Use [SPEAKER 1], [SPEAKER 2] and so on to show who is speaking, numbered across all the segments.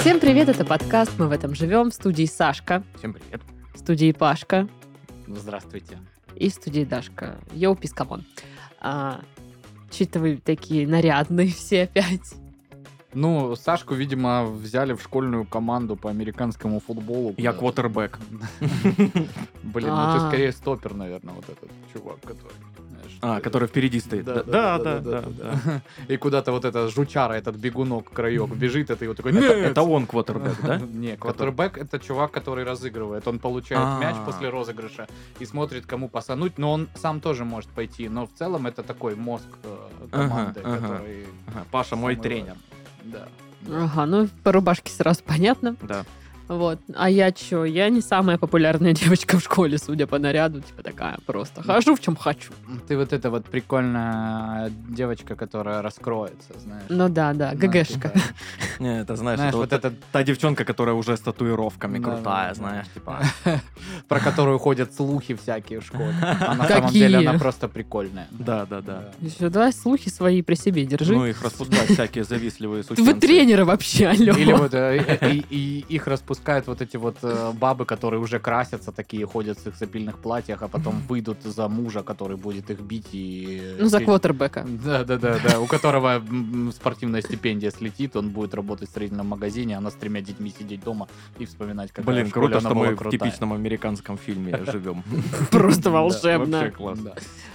[SPEAKER 1] Всем привет, это подкаст «Мы в этом живем» в студии Сашка,
[SPEAKER 2] Всем привет.
[SPEAKER 1] в студии Пашка
[SPEAKER 3] Ну,
[SPEAKER 2] Здравствуйте.
[SPEAKER 1] и в студии Дашка. Йоу, пискамон. А, Чё-то вы такие нарядные все опять.
[SPEAKER 2] Ну, Сашку, видимо, взяли в школьную команду по американскому футболу.
[SPEAKER 3] Я
[SPEAKER 2] квот.
[SPEAKER 3] квотербек.
[SPEAKER 2] Блин, ну ты
[SPEAKER 1] А.
[SPEAKER 2] скорее стопер, наверное, вот этот чувак, который... знаешь,
[SPEAKER 3] А,
[SPEAKER 2] э,
[SPEAKER 3] который впереди стоит.
[SPEAKER 2] Да,
[SPEAKER 3] Да, да, да. да.
[SPEAKER 2] И куда-то вот этот жучара, этот бегунок, краек бежит, это его такой...
[SPEAKER 3] Это-
[SPEAKER 2] «Нет!»
[SPEAKER 3] Это он квотербек, да?
[SPEAKER 2] Не, квотербек это чувак, который разыгрывает. Он
[SPEAKER 3] А.
[SPEAKER 2] получает мяч после розыгрыша и смотрит, кому пасануть, но он сам тоже может пойти. Но в целом это такой мозг э, команды,
[SPEAKER 3] ага.
[SPEAKER 2] который...
[SPEAKER 3] Ага, Паша мой
[SPEAKER 2] самый
[SPEAKER 3] тренер.
[SPEAKER 2] важный. Да.
[SPEAKER 1] Ага, ну по рубашке сразу понятно.
[SPEAKER 3] Да.
[SPEAKER 1] Вот. А я чё, я не самая популярная девочка в школе, судя по наряду. Типа такая просто. Хожу в чем хочу.
[SPEAKER 2] Ты вот эта вот прикольная девочка, которая раскроется, знаешь.
[SPEAKER 1] Ну да, да,
[SPEAKER 2] Она
[SPEAKER 1] ГГшка.
[SPEAKER 2] такая,
[SPEAKER 3] Не, это знаешь,
[SPEAKER 2] Знаешь,
[SPEAKER 3] это
[SPEAKER 2] вот
[SPEAKER 3] вот
[SPEAKER 2] эта,
[SPEAKER 3] та девчонка, которая уже с татуировками
[SPEAKER 2] Да, да,
[SPEAKER 3] крутая,
[SPEAKER 2] да.
[SPEAKER 3] знаешь, типа.
[SPEAKER 2] про которую ходят слухи всякие в школе. А на самом деле
[SPEAKER 1] Какие?
[SPEAKER 2] она просто прикольная.
[SPEAKER 3] Да, да, да.
[SPEAKER 1] Ещё давай слухи свои при себе держи.
[SPEAKER 3] Ну, их распускают всякие завистливые
[SPEAKER 1] Вы
[SPEAKER 3] существа.
[SPEAKER 1] тренеры вообще, алё.
[SPEAKER 2] Или вот э, и, и- и их распускают вот эти вот э, бабы, которые уже красятся, такие ходят в их запильных платьях, а потом выйдут за мужа, который будет их бить и...
[SPEAKER 1] Ну, за квотербека.
[SPEAKER 2] Да, да, да, да. У которого м, спортивная стипендия слетит, он будет работать в строительном магазине, она с тремя детьми сидеть дома и вспоминать, как
[SPEAKER 3] Блин, круто, что мы в типичном американском фильме живем.
[SPEAKER 1] Просто
[SPEAKER 2] Да,
[SPEAKER 3] Вообще
[SPEAKER 1] волшебно.
[SPEAKER 3] классно.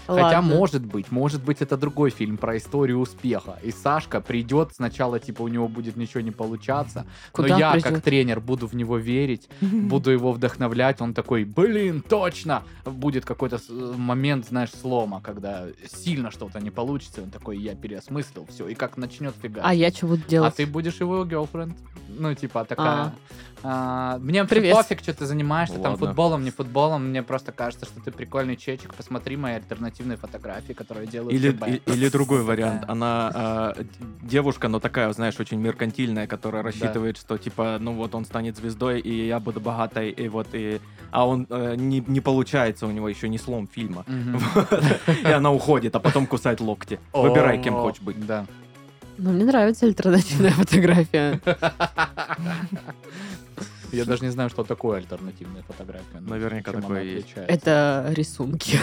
[SPEAKER 2] Хотя,
[SPEAKER 1] Ладно.
[SPEAKER 2] может быть, может быть, это другой фильм про историю успеха. И Сашка придет, сначала, типа, у него будет ничего не получаться.
[SPEAKER 1] Куда
[SPEAKER 2] но я,
[SPEAKER 1] придёт?
[SPEAKER 2] как тренер, буду в него верить, буду его вдохновлять. Он такой, блин, точно! Будет какой-то с- э, момент, знаешь, слома, когда сильно что-то не получится. Он такой, я переосмыслил все. И как начнет фига.
[SPEAKER 1] А я что буду
[SPEAKER 2] А
[SPEAKER 1] делать?
[SPEAKER 2] ты будешь его girlfriend? Ну, типа, такая...
[SPEAKER 1] А.
[SPEAKER 2] а, мне вообще
[SPEAKER 1] Привет.
[SPEAKER 2] пофиг, что ты занимаешься там
[SPEAKER 3] Ладно.
[SPEAKER 2] футболом, не футболом. Мне просто кажется, что ты прикольный чечек. Посмотри мои альтернативные фотографии, которые делают
[SPEAKER 3] Или,
[SPEAKER 2] ТБ.
[SPEAKER 3] и- или другой вариант.
[SPEAKER 2] Такая.
[SPEAKER 3] Она э, д- девушка, но такая, знаешь, очень меркантильная, которая рассчитывает, что типа, ну вот он станет звездой, и я буду богатой, и вот и. А он э, не, не получается у него еще не слом фильма.
[SPEAKER 2] Мгм.
[SPEAKER 3] Вот. И она уходит, а потом кусает локти. Выбирай, кем
[SPEAKER 2] О,
[SPEAKER 3] хочешь быть.
[SPEAKER 2] Да.
[SPEAKER 1] Ну, мне нравится альтернативная фотография.
[SPEAKER 2] Я даже не знаю, что такое альтернативные фотографии. но
[SPEAKER 3] Наверняка
[SPEAKER 2] чем
[SPEAKER 3] такое
[SPEAKER 2] она
[SPEAKER 3] есть.
[SPEAKER 2] отличается.
[SPEAKER 1] Это рисунки.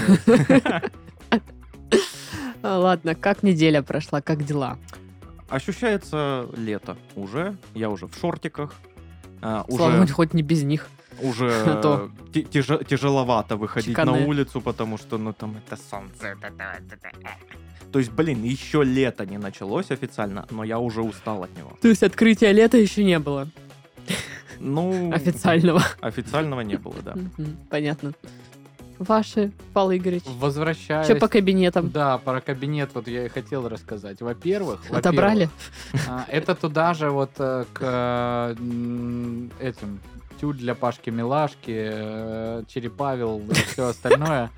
[SPEAKER 1] Ладно, как неделя прошла, как дела?
[SPEAKER 3] Ощущается лето уже. Я уже в шортиках. а,
[SPEAKER 1] Слава
[SPEAKER 3] Уже,
[SPEAKER 1] богу, хоть не без них. а то.
[SPEAKER 3] уже э, ти- тяжел- тяжеловато выходить
[SPEAKER 1] Чеканная.
[SPEAKER 3] на улицу, потому что, ну, там это солнце. это то, это то, э. То есть, блин, еще лето не началось официально, но я уже устал от него.
[SPEAKER 1] То есть открытия лета еще не было
[SPEAKER 3] Ну,
[SPEAKER 1] официального.
[SPEAKER 3] официального не было, да.
[SPEAKER 1] Мгм, Понятно. Ваши, Павел Игоревич,
[SPEAKER 2] Возвращаясь...
[SPEAKER 1] что по кабинетам?
[SPEAKER 2] Да, про кабинет вот я и хотел рассказать. Во-первых, во-первых,
[SPEAKER 1] Отобрали?
[SPEAKER 2] А, Это туда же вот э, к э, м, этим тюль для Пашки Милашки, э, Черепавел и все остальное.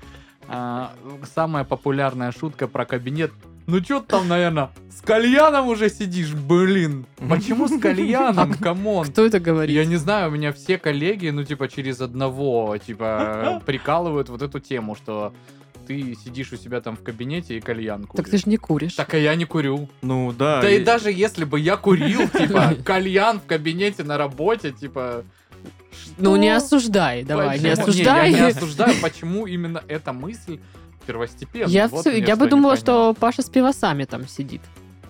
[SPEAKER 2] А, Самая популярная шутка про кабинет. Ну чё ты там, наверное, с кальяном уже сидишь, блин. Почему с кальяном, камон?
[SPEAKER 1] Кто это говорит?
[SPEAKER 2] Я не знаю, у меня все коллеги, ну, типа, через одного, типа, прикалывают вот эту тему, что ты сидишь у себя там в кабинете и кальян куришь.
[SPEAKER 1] Так ты же не куришь.
[SPEAKER 2] Так а я не курю.
[SPEAKER 3] Ну, да.
[SPEAKER 2] Да и даже если бы я курил, типа, кальян в кабинете на работе, типа...
[SPEAKER 1] Ну,
[SPEAKER 2] что?
[SPEAKER 1] не осуждай, давай,
[SPEAKER 2] Почему?
[SPEAKER 1] не
[SPEAKER 2] я не
[SPEAKER 1] осуждай.
[SPEAKER 2] осуждаю, почему именно эта мысль первостепенная.
[SPEAKER 1] Я,
[SPEAKER 2] ну, Вот
[SPEAKER 1] всё-
[SPEAKER 2] мне
[SPEAKER 1] я бы
[SPEAKER 2] не
[SPEAKER 1] думала,
[SPEAKER 2] понятно.
[SPEAKER 1] что Паша с пивосами там сидит.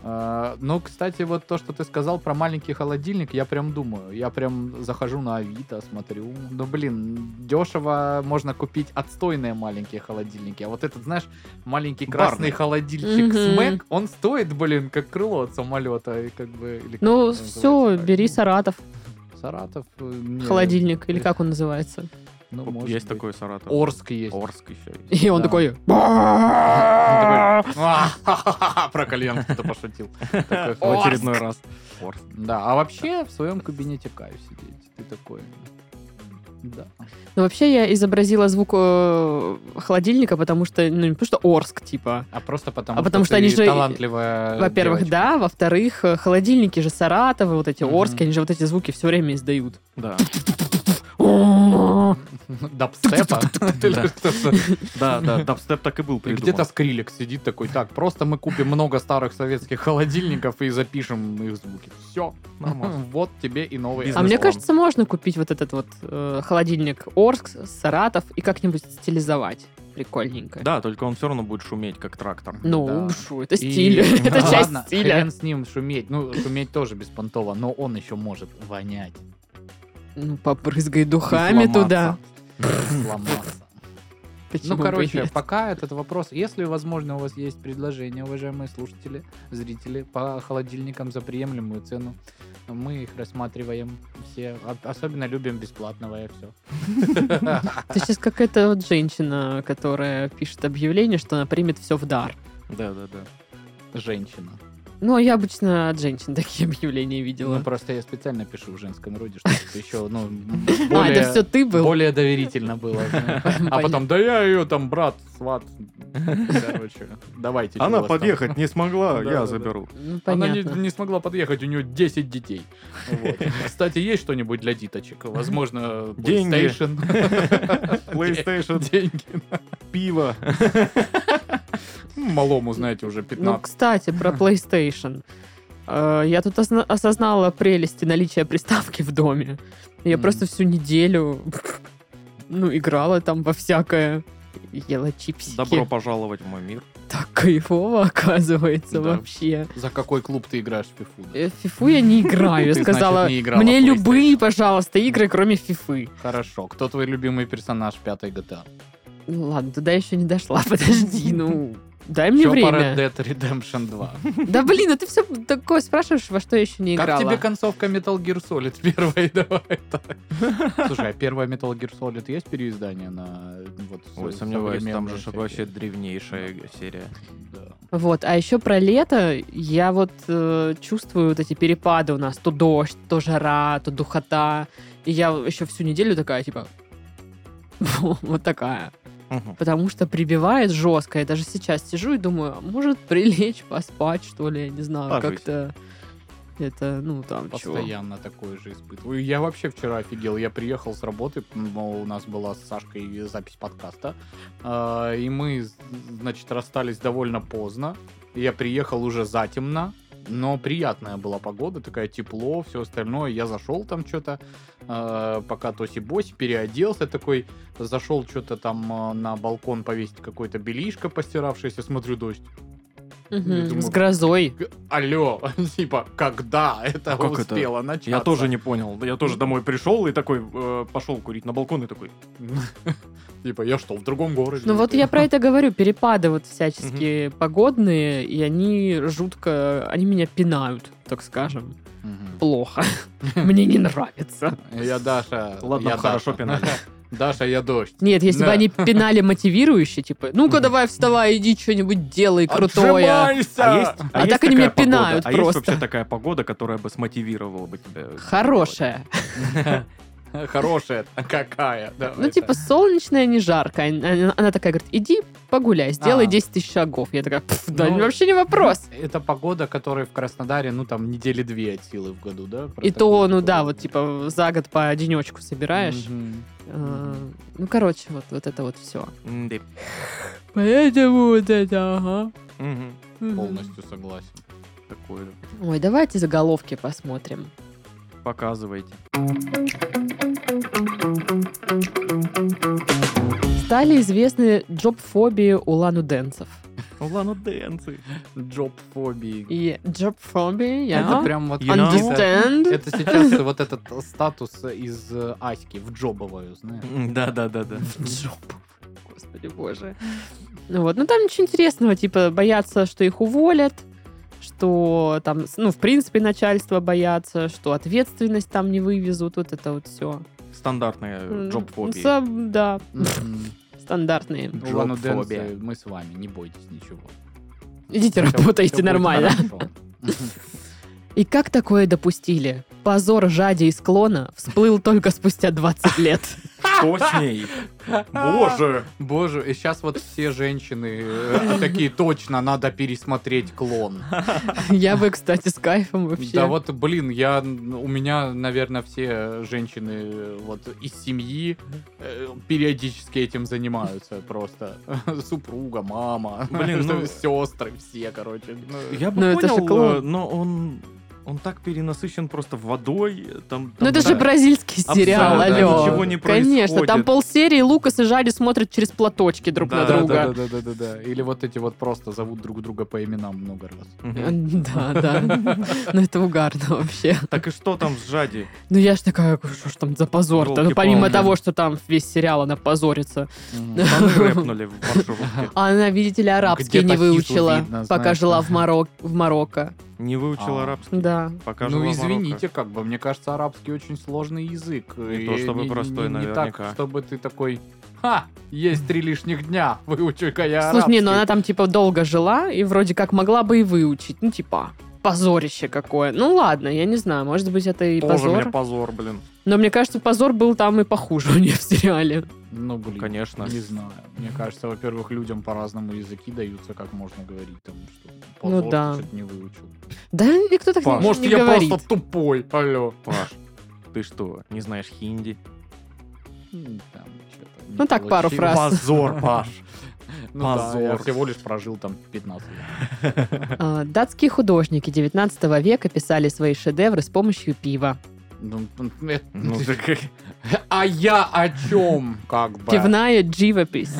[SPEAKER 2] А, Ну, кстати, вот то, что ты сказал про маленький холодильник, я прям думаю. Я прям захожу на Авито, смотрю. Ну, блин, дешево можно купить отстойные маленькие холодильники. А вот этот, знаешь, маленький красный
[SPEAKER 3] Барный.
[SPEAKER 2] холодильник
[SPEAKER 1] Мгм.
[SPEAKER 2] Смэк, он стоит, блин, как крыло от самолета. и как бы, или как
[SPEAKER 1] Ну,
[SPEAKER 2] это
[SPEAKER 1] все,
[SPEAKER 2] называется?
[SPEAKER 1] бери
[SPEAKER 2] Ну,
[SPEAKER 1] Саратов,
[SPEAKER 2] Саратов. э, не-
[SPEAKER 1] холодильник, или как он называется.
[SPEAKER 2] Ну, может
[SPEAKER 3] Есть
[SPEAKER 2] быть.
[SPEAKER 3] такой Саратов.
[SPEAKER 2] Орск есть.
[SPEAKER 3] Орск еще есть.
[SPEAKER 1] И он
[SPEAKER 2] Да.
[SPEAKER 1] такой,
[SPEAKER 2] Он такой, «А, Про кальян кто-то пошутил. Такой,
[SPEAKER 3] В
[SPEAKER 2] «Орск!»
[SPEAKER 3] очередной раз. Орск.
[SPEAKER 2] Да, а вообще в своем кабинете кайф сидеть. Ты такой... Да.
[SPEAKER 1] Ну, вообще, я изобразила звук э, холодильника, потому что, ну, не потому что Орск, типа.
[SPEAKER 2] А просто потому,
[SPEAKER 1] А потому что
[SPEAKER 2] ты
[SPEAKER 1] они же-
[SPEAKER 2] талантливая
[SPEAKER 1] Во-первых,
[SPEAKER 2] Э, девочка.
[SPEAKER 1] да. Во-вторых, э, холодильники же Саратова, вот эти
[SPEAKER 2] Мгм.
[SPEAKER 1] Орски, они же вот эти звуки все время издают.
[SPEAKER 3] Да.
[SPEAKER 1] А
[SPEAKER 2] Дабстепа? Или что-то.
[SPEAKER 3] Да, да, дабстеп так и был
[SPEAKER 2] И
[SPEAKER 3] придуман.
[SPEAKER 2] где-то скрилик сидит такой, так, просто мы купим много старых советских холодильников и запишем их звуки. Все,
[SPEAKER 3] Нормально.
[SPEAKER 2] вот тебе и новые.
[SPEAKER 1] А
[SPEAKER 3] Бизнес-план.
[SPEAKER 1] мне кажется, можно купить вот этот вот э, холодильник Орск, Саратов и как-нибудь стилизовать. Прикольненько.
[SPEAKER 3] Да, только он все равно будет шуметь, как трактор.
[SPEAKER 1] Ну,
[SPEAKER 2] да.
[SPEAKER 1] шо, это
[SPEAKER 2] И-
[SPEAKER 1] стиль. Это
[SPEAKER 2] Ну
[SPEAKER 1] часть
[SPEAKER 2] ладно,
[SPEAKER 1] стиля.
[SPEAKER 2] Хрен с ним шуметь. Ну, шуметь тоже беспонтово, но он еще может вонять.
[SPEAKER 1] Ну, побрызгай
[SPEAKER 2] и
[SPEAKER 1] духами
[SPEAKER 2] сломаться.
[SPEAKER 1] туда.
[SPEAKER 2] Сломаться.
[SPEAKER 1] Почему
[SPEAKER 2] Ну,
[SPEAKER 1] бы и
[SPEAKER 2] короче,
[SPEAKER 1] нет?
[SPEAKER 2] пока этот вопрос. Если, возможно, у вас есть предложения, уважаемые слушатели, зрители, по холодильникам за приемлемую цену, мы их рассматриваем все. А- Особенно любим бесплатного и все.
[SPEAKER 1] Ты сейчас какая-то вот женщина, которая пишет объявление, что она примет все в дар.
[SPEAKER 3] Да, да, да.
[SPEAKER 2] Женщина.
[SPEAKER 1] Ну, а я обычно от женщин такие объявления
[SPEAKER 2] Ну,
[SPEAKER 1] видела.
[SPEAKER 2] просто я специально пишу в женском роде, чтобы еще, ну,
[SPEAKER 1] а, это все
[SPEAKER 2] более...
[SPEAKER 1] ты был?
[SPEAKER 2] Более доверительно было. знаешь. А потом, да я ее там, брат, сват. Короче, давайте. чё у вас там?
[SPEAKER 3] не смогла,
[SPEAKER 2] Да, да, да.
[SPEAKER 1] Ну,
[SPEAKER 2] Она не,
[SPEAKER 1] понятно.
[SPEAKER 2] не смогла подъехать, у нее 10 детей. Вот. Кстати, есть что-нибудь для диточек? Возможно,
[SPEAKER 3] Деньги.
[SPEAKER 2] PlayStation.
[SPEAKER 3] PlayStation,
[SPEAKER 2] Деньги.
[SPEAKER 3] пиво.
[SPEAKER 2] Ну, Малому, знаете, уже
[SPEAKER 1] Ну,
[SPEAKER 2] 15.
[SPEAKER 1] кстати, про PlayStation. Э, Я тут осна- осознала прелести наличия приставки в доме. Я
[SPEAKER 2] Мгм.
[SPEAKER 1] просто всю неделю ну, играла там во всякое. Ела чипсики.
[SPEAKER 3] Добро пожаловать в мой мир.
[SPEAKER 1] Так кайфово, оказывается,
[SPEAKER 2] Да.
[SPEAKER 1] вообще.
[SPEAKER 2] За какой клуб ты играешь в фифу? да?
[SPEAKER 1] Э, в Фифу я не играю. Я
[SPEAKER 2] Ты, значит,
[SPEAKER 1] сказала,
[SPEAKER 2] не играла
[SPEAKER 1] мне
[SPEAKER 2] в
[SPEAKER 1] любые, пожалуйста, игры, кроме Фифы.
[SPEAKER 2] Э, Хорошо. Кто твой любимый персонаж пятой GTA?
[SPEAKER 1] Ну ладно, туда еще не дошла. Подожди, ну... Дай мне
[SPEAKER 2] Чё по Red
[SPEAKER 1] время.
[SPEAKER 2] Dead Redemption 2?
[SPEAKER 1] Да блин, а ты все такое спрашиваешь, во что я еще не
[SPEAKER 2] Как
[SPEAKER 1] играла.
[SPEAKER 2] тебе концовка Metal Gear Solid первой? Давай так. Слушай, а первая Metal Gear Solid есть переиздание на э, вот
[SPEAKER 3] Ой,
[SPEAKER 2] со-
[SPEAKER 3] сомневаюсь, там же
[SPEAKER 2] современные всякие?
[SPEAKER 3] вообще древнейшая серия.
[SPEAKER 2] Да.
[SPEAKER 1] Вот, а еще про лето я вот э, чувствую вот эти перепады у нас. То дождь, то жара, то духота. И я еще всю неделю такая, типа, вот такая.
[SPEAKER 3] Мгм.
[SPEAKER 1] Потому что прибивает жестко. Я даже сейчас сижу и думаю, а может прилечь, поспать, что ли, я не знаю,
[SPEAKER 3] Ложись.
[SPEAKER 1] как-то... Это, ну, там, чего.
[SPEAKER 2] Постоянно такое же испытываю. Я вообще вчера офигел. Я приехал с работы, мол, у нас была с Сашкой запись подкаста. А, И мы, з- значит, расстались довольно поздно. Я приехал уже затемно, но приятная была погода, такая тепло, все остальное. Я зашел там что-то, э, пока тоси-боси, переоделся такой, зашел что-то там э, на балкон повесить какое-то бельишко постиравшееся, смотрю дождь.
[SPEAKER 1] Мгм,
[SPEAKER 2] Я думаю,
[SPEAKER 1] С грозой.
[SPEAKER 2] Г- Алло, типа, когда это
[SPEAKER 3] А Как это?
[SPEAKER 2] успело начаться?
[SPEAKER 3] Я тоже не понял. Я тоже домой пришел и такой э, пошел курить на балкон и такой.
[SPEAKER 2] Типа, я что, в другом городе? Типа.
[SPEAKER 1] Ну вот я про это говорю, перепады вот всяческие погодные, и они жутко, они меня пинают, так скажем.
[SPEAKER 2] Мгм.
[SPEAKER 1] плохо. Мне не нравится.
[SPEAKER 2] Я Даша.
[SPEAKER 3] Ладно,
[SPEAKER 2] я
[SPEAKER 3] хорошо
[SPEAKER 2] Даша.
[SPEAKER 3] пинали.
[SPEAKER 2] Даша, я дождь.
[SPEAKER 1] Нет, если бы
[SPEAKER 2] Да.
[SPEAKER 1] они пинали мотивирующе, типа, ну-ка давай вставай, иди что-нибудь делай крутое.
[SPEAKER 2] Отжимайся!
[SPEAKER 3] А есть,
[SPEAKER 1] А так они меня
[SPEAKER 3] такая погода?
[SPEAKER 1] пинают
[SPEAKER 3] А
[SPEAKER 1] просто.
[SPEAKER 3] есть вообще такая погода, которая бы смотивировала бы тебя?
[SPEAKER 1] Хорошее.
[SPEAKER 2] Хорошая какая. Давай
[SPEAKER 1] Ну, типа,
[SPEAKER 2] так.
[SPEAKER 1] солнечная, не жаркая. Она она такая говорит, иди погуляй, сделай
[SPEAKER 2] А.
[SPEAKER 1] 10 тысяч шагов. Я такая, «Пф, да
[SPEAKER 2] Ну.
[SPEAKER 1] вообще не вопрос.
[SPEAKER 2] Это погода, которая в Краснодаре, ну, там, недели две от силы в году, да? Про
[SPEAKER 1] И то,
[SPEAKER 2] такую
[SPEAKER 1] ну да,
[SPEAKER 2] погоду.
[SPEAKER 1] вот, типа, за год по денечку собираешь.
[SPEAKER 2] Мгм.
[SPEAKER 1] Э, Ну, короче, вот вот это вот все.
[SPEAKER 3] М-да.
[SPEAKER 1] Поэтому вот это, ага.
[SPEAKER 3] Мгм.
[SPEAKER 1] Мгм.
[SPEAKER 2] Полностью согласен.
[SPEAKER 3] Такое.
[SPEAKER 1] Ой, давайте заголовки посмотрим.
[SPEAKER 3] Показывайте.
[SPEAKER 1] Стали известны джобфобии улан-уденцев.
[SPEAKER 3] Ну ладно, дэнсы.
[SPEAKER 2] Джоб-фобии.
[SPEAKER 1] И джобфобия,
[SPEAKER 2] Это прям вот...
[SPEAKER 3] You know?
[SPEAKER 2] Это
[SPEAKER 1] understand.
[SPEAKER 2] это сейчас вот этот статус из э, Аськи в джобовую, знаешь.
[SPEAKER 3] Да, да, да, да.
[SPEAKER 1] Джоб. Господи боже. Ну вот, ну там ничего интересного, типа боятся, что их уволят, что там, ну, в принципе, начальство боятся, что ответственность там не вывезут, вот это вот все.
[SPEAKER 2] Э,
[SPEAKER 3] Стандартная
[SPEAKER 1] ну,
[SPEAKER 3] джоб-фобия.
[SPEAKER 1] Да,
[SPEAKER 2] Мгм.
[SPEAKER 1] стандартные.
[SPEAKER 3] Джобфобия.
[SPEAKER 2] Улан-Удэнцы, мы с вами, не бойтесь ничего.
[SPEAKER 1] Идите
[SPEAKER 2] Всё- всё
[SPEAKER 1] работайте
[SPEAKER 2] будет
[SPEAKER 1] нормально.
[SPEAKER 2] хорошо.
[SPEAKER 1] И как такое допустили? Позор жади из клона всплыл только спустя 20 лет.
[SPEAKER 3] Что с ней? Боже!
[SPEAKER 2] Боже, и сейчас вот все женщины э, такие, точно, надо пересмотреть клон.
[SPEAKER 1] Я бы, кстати, с кайфом вообще.
[SPEAKER 2] Да вот, блин, я, у меня, наверное, все женщины э, вот из семьи э, периодически этим занимаются просто. Супруга, мама,
[SPEAKER 3] Блин, ну-
[SPEAKER 2] сестры все, короче. Ну,
[SPEAKER 3] Я бы
[SPEAKER 1] Ну, это же
[SPEAKER 3] понял,
[SPEAKER 1] клон.
[SPEAKER 3] э, но он... Он так перенасыщен просто водой. Там,
[SPEAKER 1] Ну
[SPEAKER 3] там
[SPEAKER 1] это
[SPEAKER 3] та-
[SPEAKER 1] же бразильский
[SPEAKER 3] Абсолютно,
[SPEAKER 1] сериал,
[SPEAKER 2] да,
[SPEAKER 1] алло.
[SPEAKER 2] ничего
[SPEAKER 3] не
[SPEAKER 1] Конечно, там
[SPEAKER 3] происходит.
[SPEAKER 1] полсерии Лукас и Жари смотрят через платочки друг на
[SPEAKER 3] Да, да,
[SPEAKER 1] друга.
[SPEAKER 2] Да, да, да, да, да. Или вот эти вот просто зовут друг друга по именам много раз.
[SPEAKER 1] Э,
[SPEAKER 3] Мгм.
[SPEAKER 1] Да, да. Ну это угарно вообще.
[SPEAKER 3] Так и что там с Жади?
[SPEAKER 1] Ну я ж такая, что ж там за позор-то? Ну помимо
[SPEAKER 3] Елки-палки.
[SPEAKER 1] того, что там весь сериал она позорится.
[SPEAKER 3] Штаны рэпнули в маршрутке.
[SPEAKER 1] А она, видите ли, арабский
[SPEAKER 2] Где-то
[SPEAKER 1] не
[SPEAKER 2] хит
[SPEAKER 1] выучила,
[SPEAKER 2] видно,
[SPEAKER 1] пока
[SPEAKER 2] знаешь,
[SPEAKER 1] жила
[SPEAKER 2] да.
[SPEAKER 1] в, Марок... в Марокко.
[SPEAKER 3] Не выучил
[SPEAKER 2] А.
[SPEAKER 3] арабский.
[SPEAKER 1] Да.
[SPEAKER 3] Пока жила
[SPEAKER 2] Ну,
[SPEAKER 3] в
[SPEAKER 2] извините,
[SPEAKER 3] Марокко.
[SPEAKER 2] как бы, мне кажется, арабский очень сложный язык.
[SPEAKER 3] Не
[SPEAKER 2] И
[SPEAKER 3] то чтобы простой,
[SPEAKER 2] не
[SPEAKER 3] наверняка.
[SPEAKER 2] так, чтобы ты такой, ха, есть три лишних дня, выучу-ка я
[SPEAKER 1] Слушай, не, ну она
[SPEAKER 2] арабский».
[SPEAKER 1] там типа долго жила и вроде как могла бы и выучить. Ну типа позорище какое. Ну ладно, я не знаю, может быть это и
[SPEAKER 3] Тоже
[SPEAKER 1] позор.
[SPEAKER 3] мне позор, блин.
[SPEAKER 1] Но мне кажется, позор был там и похуже у нее в сериале.
[SPEAKER 2] Ну, блин,
[SPEAKER 3] Конечно.
[SPEAKER 2] не знаю. Мне кажется, во-первых, людям по-разному языки даются, как можно говорить, там, что
[SPEAKER 1] Ну
[SPEAKER 2] позор, ты
[SPEAKER 1] да.
[SPEAKER 2] чё-то не выучил. А,
[SPEAKER 1] Да никто так
[SPEAKER 3] Паш,
[SPEAKER 1] не,
[SPEAKER 2] Может,
[SPEAKER 1] не
[SPEAKER 2] я
[SPEAKER 1] говорит.
[SPEAKER 2] просто тупой, алло.
[SPEAKER 3] Паш, ты что, не знаешь хинди?
[SPEAKER 2] М, там чё-то не
[SPEAKER 1] Ну, так, пару
[SPEAKER 2] получилось.
[SPEAKER 1] фраз.
[SPEAKER 3] Позор, Паш.
[SPEAKER 2] Ну да, я
[SPEAKER 3] Позор.
[SPEAKER 2] всего лишь прожил там 15 лет.
[SPEAKER 1] А, Датские художники 19 века писали свои шедевры с помощью пива.
[SPEAKER 2] Ну, м, это-
[SPEAKER 3] Ну ты как?
[SPEAKER 2] А я о чем, как бы?
[SPEAKER 1] Пивная живопись.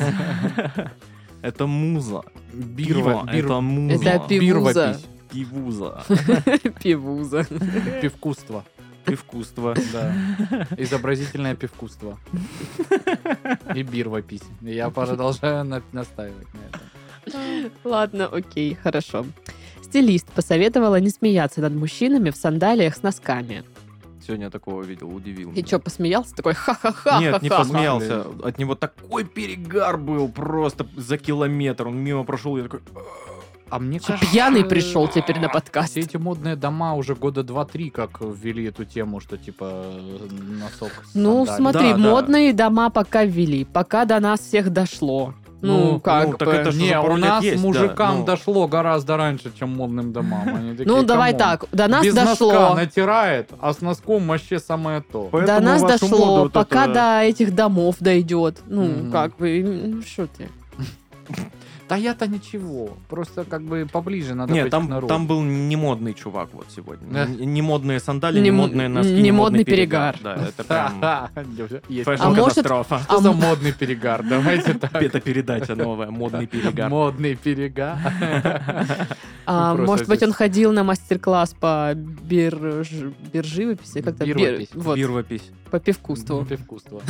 [SPEAKER 3] Это муза.
[SPEAKER 2] Бирва,
[SPEAKER 3] Пиво,
[SPEAKER 2] бир-
[SPEAKER 3] это муза.
[SPEAKER 1] Это пи- пивуза.
[SPEAKER 2] бирвопись,
[SPEAKER 3] Пивуза.
[SPEAKER 1] Пивуза.
[SPEAKER 2] Пивкуство,
[SPEAKER 3] Пивкуство.
[SPEAKER 2] да. Изобразительное пивкуство. И бирвопись. Я продолжаю на- настаивать на этом.
[SPEAKER 1] Ладно, окей, хорошо. Стилист посоветовала не смеяться над мужчинами в сандалиях с носками.
[SPEAKER 3] Сегодня такого видел, удивил.
[SPEAKER 1] И
[SPEAKER 3] меня.
[SPEAKER 1] чё, посмеялся? Такой ха-ха-ха.
[SPEAKER 3] Нет, не
[SPEAKER 1] ха-ха».
[SPEAKER 3] посмеялся. От него такой перегар был просто за километр. Он мимо прошел, я такой...
[SPEAKER 2] А мне
[SPEAKER 1] Чё,
[SPEAKER 2] кажется,
[SPEAKER 1] Пьяный пришел
[SPEAKER 2] типа,
[SPEAKER 1] теперь на подкаст.
[SPEAKER 2] все эти модные дома уже года два-три как ввели эту тему, что типа носок с
[SPEAKER 1] Ну,
[SPEAKER 2] сандалией.
[SPEAKER 1] смотри,
[SPEAKER 3] Да, да.
[SPEAKER 1] модные дома пока ввели, пока до нас всех дошло. Ну,
[SPEAKER 2] Ну,
[SPEAKER 1] как
[SPEAKER 3] ну,
[SPEAKER 1] бы.
[SPEAKER 3] так это ж-
[SPEAKER 2] Не,
[SPEAKER 3] за пару
[SPEAKER 2] у
[SPEAKER 3] лет
[SPEAKER 2] нас
[SPEAKER 3] есть, да,
[SPEAKER 2] мужикам
[SPEAKER 3] ну.
[SPEAKER 2] дошло гораздо раньше, чем модным домам. Они такие,
[SPEAKER 1] Ну, давай
[SPEAKER 2] «Камон,
[SPEAKER 1] так, до нас
[SPEAKER 2] Без носка
[SPEAKER 1] дошло.
[SPEAKER 2] натирает, а с носком вообще самое то.
[SPEAKER 1] До
[SPEAKER 3] Поэтому
[SPEAKER 1] нас
[SPEAKER 3] вашу моду
[SPEAKER 1] дошло,
[SPEAKER 3] вот
[SPEAKER 1] пока
[SPEAKER 3] это-
[SPEAKER 1] до этих домов дойдет. Ну,
[SPEAKER 2] Мгм.
[SPEAKER 1] как бы, м, шо ты.
[SPEAKER 2] Да я-то ничего. Просто как бы поближе надо
[SPEAKER 3] Нет,
[SPEAKER 2] быть к
[SPEAKER 3] там,
[SPEAKER 2] народу.
[SPEAKER 3] там был не модный чувак вот сегодня.
[SPEAKER 2] А Да.
[SPEAKER 3] Н- Не модные сандали,
[SPEAKER 1] Не
[SPEAKER 3] не
[SPEAKER 1] м-
[SPEAKER 3] модные носки,
[SPEAKER 1] не
[SPEAKER 3] не
[SPEAKER 1] модный
[SPEAKER 3] модный
[SPEAKER 1] перегар.
[SPEAKER 3] перегар. Да, это прям
[SPEAKER 2] Ха-ха, Есть.
[SPEAKER 1] А может-
[SPEAKER 3] фэшн-катастрофа.
[SPEAKER 2] Что
[SPEAKER 1] а
[SPEAKER 2] за
[SPEAKER 1] м-
[SPEAKER 2] модный перегар? Давайте так.
[SPEAKER 3] Это передача новая, модный перегар.
[SPEAKER 2] Модный перегар.
[SPEAKER 1] А,
[SPEAKER 2] Ну, просто
[SPEAKER 1] может быть,
[SPEAKER 2] здесь-
[SPEAKER 1] он ходил на мастер-класс по бирж... бирживописи? Как-то бир-
[SPEAKER 2] Бирвопись.
[SPEAKER 1] вот,
[SPEAKER 3] Бирвопись. Э,
[SPEAKER 1] по пивкуству.
[SPEAKER 2] Пивкуство.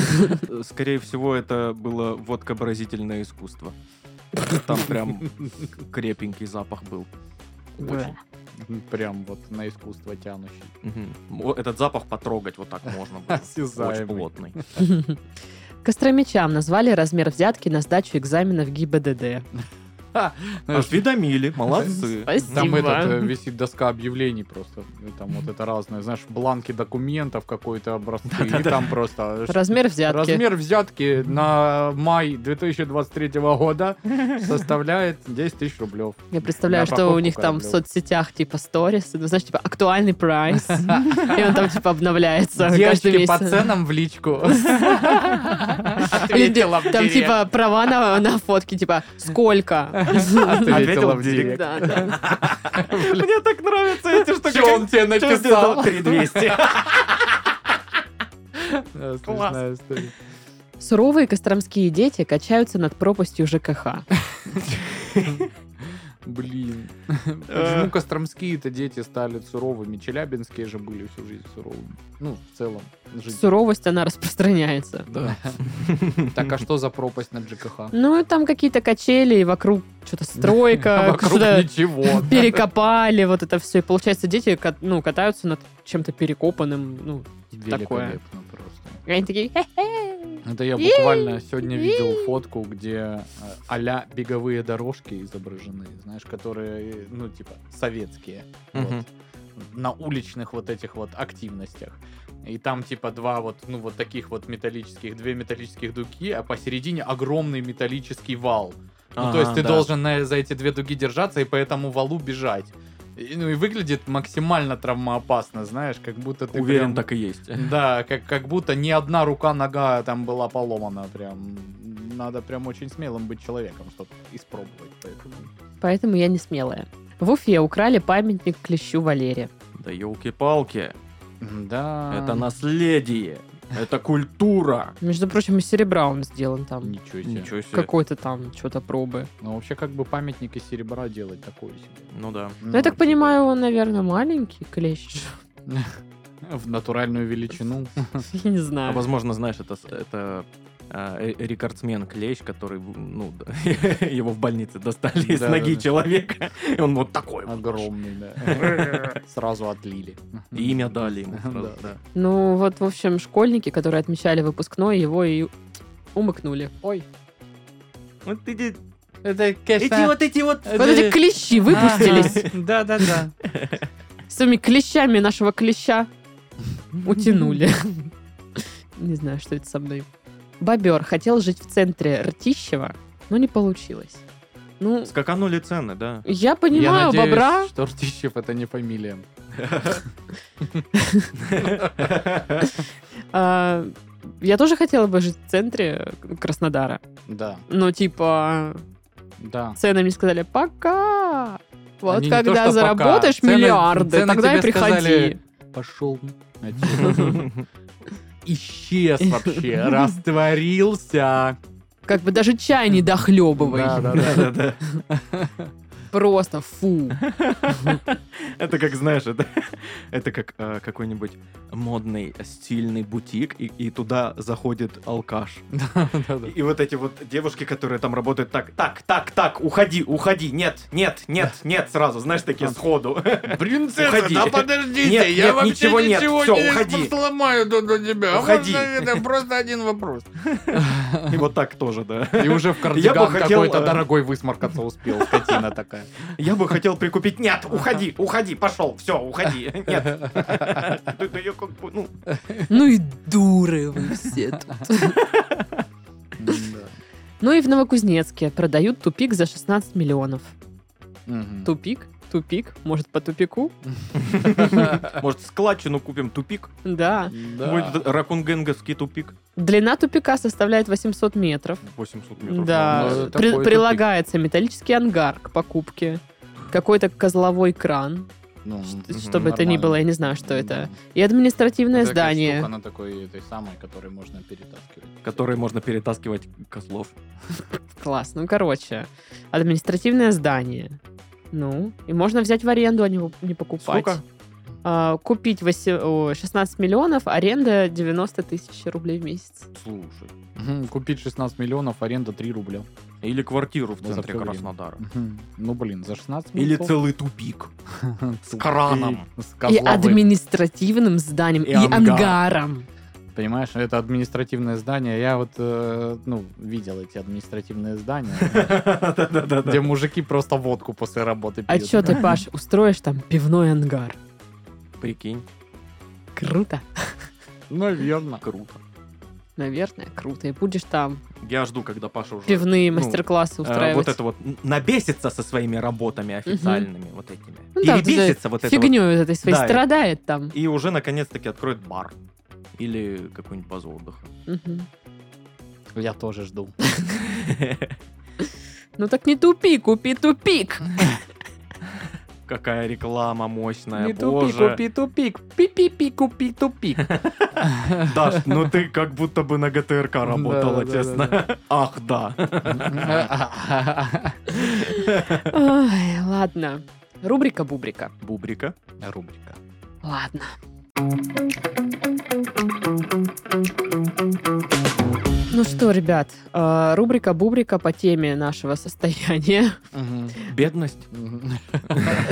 [SPEAKER 3] Скорее всего, это было водкообразительное искусство. Там прям крепенький запах был.
[SPEAKER 1] Бля.
[SPEAKER 2] Прям вот на искусство тянущий.
[SPEAKER 3] Мгм. Мо- Этот запах потрогать вот так можно было. Очень
[SPEAKER 2] Осязаемый.
[SPEAKER 3] плотный.
[SPEAKER 1] Костромичам назвали размер взятки на сдачу экзаменов ГИБДД.
[SPEAKER 2] Знаешь,
[SPEAKER 3] Осведомили, молодцы.
[SPEAKER 1] Спасибо.
[SPEAKER 2] Там
[SPEAKER 1] Спасибо.
[SPEAKER 2] этот э, висит доска объявлений просто. И Там вот это разное, знаешь, бланки документов какой-то образцы. И там просто... э,
[SPEAKER 1] Размер взятки.
[SPEAKER 2] Размер взятки на май 2023 года составляет 10 тысяч рублев.
[SPEAKER 1] Я представляю,
[SPEAKER 2] На
[SPEAKER 1] что у
[SPEAKER 2] покупку
[SPEAKER 1] них там в
[SPEAKER 2] кораблёва.
[SPEAKER 1] соцсетях типа сторис, ну, знаешь, типа актуальный прайс, и он там типа обновляется каждый
[SPEAKER 2] Девочки, по
[SPEAKER 1] месяц.
[SPEAKER 2] ценам в личку.
[SPEAKER 3] А
[SPEAKER 1] Или
[SPEAKER 2] Ответила в
[SPEAKER 1] Там
[SPEAKER 2] директ.
[SPEAKER 1] типа права на, на фотке, типа сколько?
[SPEAKER 2] Ответила
[SPEAKER 3] Ответила
[SPEAKER 2] в
[SPEAKER 3] в
[SPEAKER 2] директ.
[SPEAKER 1] Да, да.
[SPEAKER 3] Мне так нравятся эти штуки.
[SPEAKER 2] Что он тебе написал?
[SPEAKER 3] 3200.
[SPEAKER 2] Да,
[SPEAKER 3] Класс.
[SPEAKER 2] смешная история.
[SPEAKER 1] Суровые костромские дети качаются над пропастью ЖКХ.
[SPEAKER 2] Блин.
[SPEAKER 1] Э.
[SPEAKER 2] Почему костромские-то дети стали суровыми? Челябинские же были всю жизнь суровыми. Ну, в целом. жизнь.
[SPEAKER 1] Суровость, она распространяется.
[SPEAKER 2] Да. Так а что за пропасть на ЖКХ?
[SPEAKER 1] Ну, и там какие-то качели, и вокруг что-то стройка,
[SPEAKER 2] Вокруг
[SPEAKER 1] что-то
[SPEAKER 2] ничего.
[SPEAKER 1] перекопали, вот это все. И получается, дети кат- ну, катаются над чем-то перекопанным. Ну, такое.
[SPEAKER 2] Великолепно просто.
[SPEAKER 1] и они такие, «Хе-хе».
[SPEAKER 2] Это я
[SPEAKER 1] Ей!
[SPEAKER 2] буквально сегодня видел фотку, где э, а-ля беговые дорожки изображены, знаешь, которые, ну, типа, советские. вот,
[SPEAKER 3] Мгм.
[SPEAKER 2] на уличных вот этих вот активностях. И там типа два вот, ну вот таких вот металлических, две металлических дуги, а посередине огромный металлический вал. Ну, то есть
[SPEAKER 3] Ага,
[SPEAKER 2] ты
[SPEAKER 3] А, да.
[SPEAKER 2] должен на- за эти две дуги держаться и по этому валу бежать. И, ну и выглядит максимально травмоопасно, знаешь, как будто ты
[SPEAKER 3] Уверен,
[SPEAKER 2] прям-
[SPEAKER 3] так и есть.
[SPEAKER 2] Да, как, как будто ни одна рука, нога там была поломана. Прям надо прям очень смелым быть человеком, чтобы испробовать. Поэтому.
[SPEAKER 1] Поэтому я не смелая. В Уфе украли памятник клещу Валере.
[SPEAKER 3] Да елки-палки,
[SPEAKER 2] Да.
[SPEAKER 3] это наследие, это культура.
[SPEAKER 1] Между прочим, из серебра он сделан там.
[SPEAKER 2] Ничего себе.
[SPEAKER 3] Ничего себе.
[SPEAKER 1] Какой-то там что-то пробы.
[SPEAKER 2] Ну вообще как бы памятник из серебра делать такой себе.
[SPEAKER 3] Ну да.
[SPEAKER 1] Ну, я так понимаю, он, наверное, маленький клещ.
[SPEAKER 2] В натуральную величину.
[SPEAKER 1] Я не
[SPEAKER 3] А
[SPEAKER 1] знаю.
[SPEAKER 3] возможно, знаешь, это, с- это а, э, рекордсмен Клещ, который, ну, да, его в больнице достали из
[SPEAKER 2] Да,
[SPEAKER 3] ноги
[SPEAKER 2] да, А, да.
[SPEAKER 3] человека, и он вот такой вот.
[SPEAKER 2] Огромный, да. Сразу отлили.
[SPEAKER 3] И имя дали ему
[SPEAKER 2] Да,
[SPEAKER 3] сразу.
[SPEAKER 2] да.
[SPEAKER 1] Ну, вот, в общем, школьники, которые отмечали выпускной, его и умыкнули.
[SPEAKER 2] Ой,
[SPEAKER 3] Вот эти,
[SPEAKER 2] это,
[SPEAKER 3] эти вот эти вот...
[SPEAKER 1] Вот эти клещи выпустились.
[SPEAKER 2] А, Да, да, да.
[SPEAKER 1] С этими клещами нашего клеща утянули. Не знаю, что это со мной. Бобер хотел жить в центре Ртищева, но не получилось. Ну,
[SPEAKER 3] Скаканули цены, да.
[SPEAKER 1] я понимаю
[SPEAKER 2] Я надеюсь,
[SPEAKER 1] бобра.
[SPEAKER 2] что Ртищев это не фамилия.
[SPEAKER 1] А, Я тоже хотела бы жить в центре Краснодара.
[SPEAKER 2] Да,
[SPEAKER 1] Но, типа,
[SPEAKER 2] да.
[SPEAKER 1] цены мне сказали «пока». Вот
[SPEAKER 2] Они не то,
[SPEAKER 1] когда
[SPEAKER 2] что
[SPEAKER 1] заработаешь
[SPEAKER 2] пока. Цены-
[SPEAKER 1] миллиарды,
[SPEAKER 2] цены
[SPEAKER 1] тогда и
[SPEAKER 2] тебе
[SPEAKER 1] приходи.
[SPEAKER 2] сказали, Пошел. Исчез вообще, растворился.
[SPEAKER 1] Как бы даже чай не дохлебывай.
[SPEAKER 2] Да, да, да.
[SPEAKER 3] Да-да-да.
[SPEAKER 1] Просто фу.
[SPEAKER 3] Это как, знаешь, это, это как э, какой-нибудь модный, стильный бутик, и, и туда заходит алкаш.
[SPEAKER 2] Да, да.
[SPEAKER 3] И вот эти вот девушки, которые там работают так, так, так, так, уходи, уходи, нет, нет, нет, нет, сразу, знаешь, такие сходу.
[SPEAKER 2] Принцесса,
[SPEAKER 3] Уходи.
[SPEAKER 2] да подождите,
[SPEAKER 3] Нет,
[SPEAKER 2] я
[SPEAKER 3] нет,
[SPEAKER 2] вообще
[SPEAKER 3] ничего нет, всё, уходи.
[SPEAKER 2] сломаю тут у тебя. А
[SPEAKER 3] Уходи.
[SPEAKER 2] можно это просто один вопрос.
[SPEAKER 3] И вот так тоже, да.
[SPEAKER 2] И уже в
[SPEAKER 3] кардиган
[SPEAKER 2] кардиган
[SPEAKER 3] хотел,
[SPEAKER 2] какой-то
[SPEAKER 3] э,
[SPEAKER 2] дорогой высморкаться успел, скотина такая.
[SPEAKER 3] Я бы хотел прикупить. Нет, уходи, уходи, пошел, все, уходи. Нет. Тут её как бы, ну,
[SPEAKER 1] Ну и дуры вы все тут. Ну и в Новокузнецке продают тупик за 16 миллионов. Тупик? Тупик? Может, по тупику?
[SPEAKER 3] Может, складчину купим, тупик?
[SPEAKER 1] Да.
[SPEAKER 3] Будет ракунгенговский тупик.
[SPEAKER 1] Длина тупика составляет 800 метров.
[SPEAKER 3] 800 метров.
[SPEAKER 2] Ну,
[SPEAKER 1] Да.
[SPEAKER 2] это
[SPEAKER 1] При-
[SPEAKER 2] такой
[SPEAKER 1] Прилагается металлический ангар к покупке. Какой-то козловой кран,
[SPEAKER 2] Ну,
[SPEAKER 1] чтобы
[SPEAKER 3] Мгм,
[SPEAKER 1] это ни
[SPEAKER 2] нормально.
[SPEAKER 1] было, я не знаю, что это.
[SPEAKER 2] Да.
[SPEAKER 1] И административное
[SPEAKER 2] Это такая
[SPEAKER 1] здание.
[SPEAKER 2] штука, Она такой, этой самой, которой можно перетаскивать.
[SPEAKER 3] Которые можно перетаскивать козлов.
[SPEAKER 1] Класс. Ну, короче, административное здание. Ну, и можно взять в аренду, а не, в- не покупать.
[SPEAKER 3] Сколько?
[SPEAKER 1] А, купить восе- о, 16 миллионов, аренда 90 тысяч рублей в месяц.
[SPEAKER 3] Слушай.
[SPEAKER 2] Мгм, Купить 16 миллионов, аренда 3 рубля.
[SPEAKER 3] Или квартиру в
[SPEAKER 2] Ну, за
[SPEAKER 3] центре
[SPEAKER 2] всё время.
[SPEAKER 3] Краснодара.
[SPEAKER 2] Мгм. Ну, блин, за 16
[SPEAKER 3] Или
[SPEAKER 2] миллионов.
[SPEAKER 3] целый тупик.
[SPEAKER 2] С
[SPEAKER 3] краном.
[SPEAKER 2] С
[SPEAKER 1] И
[SPEAKER 2] козловым.
[SPEAKER 1] административным зданием, и,
[SPEAKER 3] И ангар.
[SPEAKER 1] ангаром.
[SPEAKER 2] Понимаешь, это административное здание. Я вот, э, ну, видел эти административные здания, где
[SPEAKER 3] Да-да-да.
[SPEAKER 2] мужики просто водку после работы
[SPEAKER 1] А
[SPEAKER 2] пьют.
[SPEAKER 1] что ты, Паш, устроишь там пивной ангар?
[SPEAKER 3] Прикинь.
[SPEAKER 1] Круто.
[SPEAKER 2] Наверное.
[SPEAKER 3] Круто.
[SPEAKER 1] Наверное, круто. И будешь там
[SPEAKER 3] Я жду, когда Паша уже...
[SPEAKER 1] пивные
[SPEAKER 3] ну,
[SPEAKER 1] мастер-классы
[SPEAKER 3] э,
[SPEAKER 1] устраивать.
[SPEAKER 3] Вот это вот н- набесится со своими работами официальными, вот этими.
[SPEAKER 1] Ну да, вот это
[SPEAKER 3] Перебесится вот это вот
[SPEAKER 1] Фигнёй вот этой своей
[SPEAKER 3] Да, и-
[SPEAKER 1] страдает там.
[SPEAKER 3] И уже наконец-таки откроет бар. Или какую-нибудь базу отдыха.
[SPEAKER 1] Мгм.
[SPEAKER 2] Я тоже жду.
[SPEAKER 1] Ну так не тупи, купи тупик.
[SPEAKER 3] Какая реклама мощная,
[SPEAKER 2] Не тупи,
[SPEAKER 3] боже.
[SPEAKER 2] купи тупик. Пи-пи-пи, купи тупик.
[SPEAKER 3] Даш, ну ты как будто бы на ГТРК работала, честно.
[SPEAKER 2] Да-да-да-да-да.
[SPEAKER 3] Ах, да.
[SPEAKER 1] Ой, ладно. Рубрика Бубрика.
[SPEAKER 3] Бубрика.
[SPEAKER 2] Рубрика.
[SPEAKER 1] Ладно. Ну что, ребят, э, рубрика Бубрика по теме нашего состояния.
[SPEAKER 3] Бедность.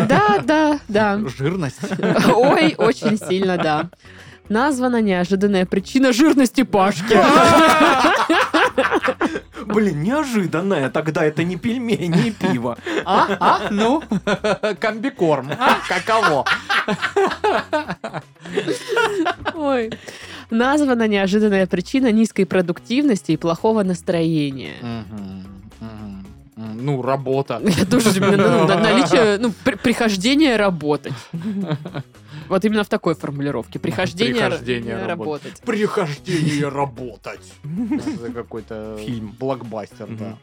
[SPEAKER 1] Да, да, да.
[SPEAKER 2] Жирность.
[SPEAKER 1] Ой, очень сильно, да. Названа неожиданная причина жирности Пашки.
[SPEAKER 3] Блин, неожиданное. Тогда это не пельмени, не пиво.
[SPEAKER 2] А, а, ну, комбикорм. А, Каково?
[SPEAKER 1] Ой. Названа неожиданная причина низкой продуктивности и плохого настроения.
[SPEAKER 2] Мгм, мгм. М, Ну, работа.
[SPEAKER 1] Я тоже же, блин, ну, на- наличие, ну, при- прихождение работать. Вот именно в такой формулировке. Прихождение, р-
[SPEAKER 2] Прихождение
[SPEAKER 1] работать.
[SPEAKER 2] Прихождение работать. Это какой-то
[SPEAKER 3] Фильм.
[SPEAKER 2] блокбастер,
[SPEAKER 3] Мгм.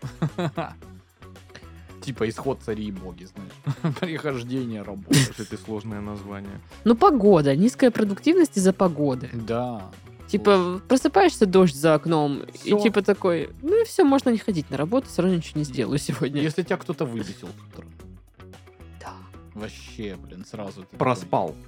[SPEAKER 2] да. Типа исход царей и боги, знаешь. Прихождение работать.
[SPEAKER 3] Слушай, ты сложное название.
[SPEAKER 1] Ну, погода. Низкая продуктивность из-за погоды.
[SPEAKER 2] Да.
[SPEAKER 1] Типа, просыпаешься, дождь за окном,
[SPEAKER 2] Всё.
[SPEAKER 1] и типа такой, ну и все, можно не ходить на работу, все равно ничего не сделаю сегодня.
[SPEAKER 2] Если тебя кто-то выбесил с утра.
[SPEAKER 1] Да.
[SPEAKER 2] Вообще, блин, сразу. ты
[SPEAKER 3] Проспал.
[SPEAKER 2] такой,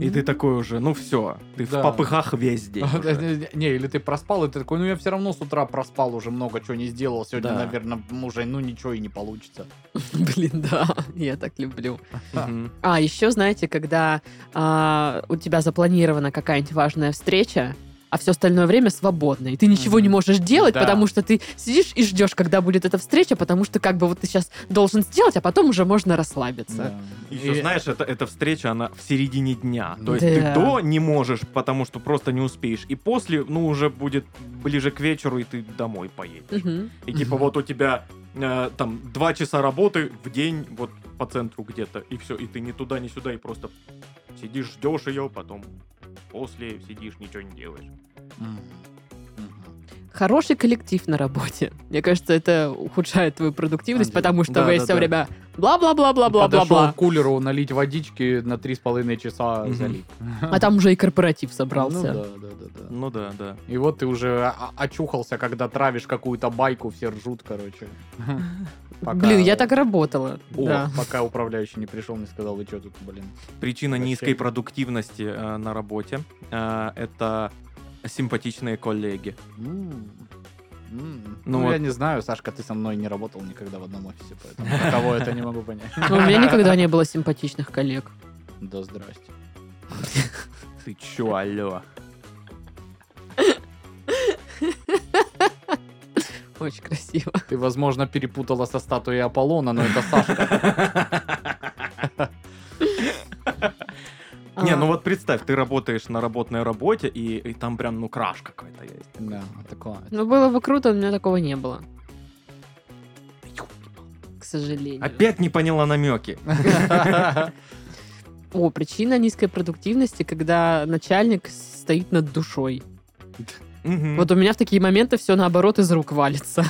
[SPEAKER 3] И ты такой уже, ну все, ты
[SPEAKER 2] Да.
[SPEAKER 3] в попыхах весь день. уже.
[SPEAKER 2] Не, или ты проспал, и ты такой, ну я все равно с утра проспал, уже много чего не сделал. Сегодня,
[SPEAKER 3] Да.
[SPEAKER 2] наверное, уже, ну ничего и не получится.
[SPEAKER 1] Блин, да, я так люблю.
[SPEAKER 3] Мгм.
[SPEAKER 1] А, еще, знаете, когда а, у тебя запланирована какая-нибудь важная встреча, а все остальное время свободно, и ты ничего
[SPEAKER 2] Мгм.
[SPEAKER 1] не можешь делать,
[SPEAKER 2] Да.
[SPEAKER 1] потому что ты сидишь и ждешь, когда будет эта встреча, потому что как бы вот ты сейчас должен сделать, а потом уже можно расслабиться.
[SPEAKER 3] Еще,
[SPEAKER 2] И-
[SPEAKER 3] знаешь, это, эта встреча, она в середине дня. То есть
[SPEAKER 1] Да.
[SPEAKER 3] ты до не можешь, потому что просто не успеешь. И после, ну, уже будет ближе к вечеру, и ты домой поедешь.
[SPEAKER 1] Мгм.
[SPEAKER 3] И типа
[SPEAKER 2] Мгм.
[SPEAKER 3] вот у тебя э, там два часа работы в день вот по центру где-то, и все, и ты ни туда, ни сюда, и просто сидишь, ждешь ее, потом после сидишь, ничего не делаешь.
[SPEAKER 2] Мгм. Мгм.
[SPEAKER 1] Хороший коллектив на работе. Мне кажется, это ухудшает твою продуктивность,
[SPEAKER 2] Андрей.
[SPEAKER 1] потому что
[SPEAKER 3] Да,
[SPEAKER 1] вы
[SPEAKER 3] да,
[SPEAKER 1] все
[SPEAKER 3] да.
[SPEAKER 1] время бла-бла-бла-бла-бла-бла-бла.
[SPEAKER 2] Подошел к кулеру налить водички на три с половиной часа
[SPEAKER 3] Мгм.
[SPEAKER 2] залить.
[SPEAKER 1] А там уже и корпоратив собрался.
[SPEAKER 2] Ну да, да, да, да.
[SPEAKER 3] Ну да, да.
[SPEAKER 2] И вот ты уже о- очухался, когда травишь какую-то байку, все ржут, короче. Пока-
[SPEAKER 1] Блин, я так работала.
[SPEAKER 2] О,
[SPEAKER 1] Да.
[SPEAKER 2] Пока управляющий не пришел, не сказал, вы что тут, блин.
[SPEAKER 3] Причина
[SPEAKER 2] Вообще.
[SPEAKER 3] низкой продуктивности э, на работе э, это симпатичные коллеги.
[SPEAKER 2] М. М.
[SPEAKER 3] Ну
[SPEAKER 2] Ну, я
[SPEAKER 3] вот.
[SPEAKER 2] не знаю, Сашка, ты со мной не работал никогда в одном офисе, поэтому про кого это не могу понять.
[SPEAKER 1] Но Ну, у меня никогда не было симпатичных коллег.
[SPEAKER 2] Да здрасте.
[SPEAKER 3] Ты чё,
[SPEAKER 1] Э,
[SPEAKER 3] алё?
[SPEAKER 1] Очень красиво.
[SPEAKER 2] Ты, возможно, перепутала со статуей Аполлона, но это Сашка.
[SPEAKER 3] Не,
[SPEAKER 1] А,
[SPEAKER 3] ну вот представь, ты работаешь на работной работе, и, и там прям, ну, краш какой-то есть.
[SPEAKER 2] Да, такое.
[SPEAKER 1] Ну, было бы круто, но у меня такого не было. К сожалению.
[SPEAKER 3] Опять не поняла намеки.
[SPEAKER 1] Э, О, причина низкой продуктивности, когда начальник с- стоит над душой. Вот у меня в такие моменты все наоборот из рук валится.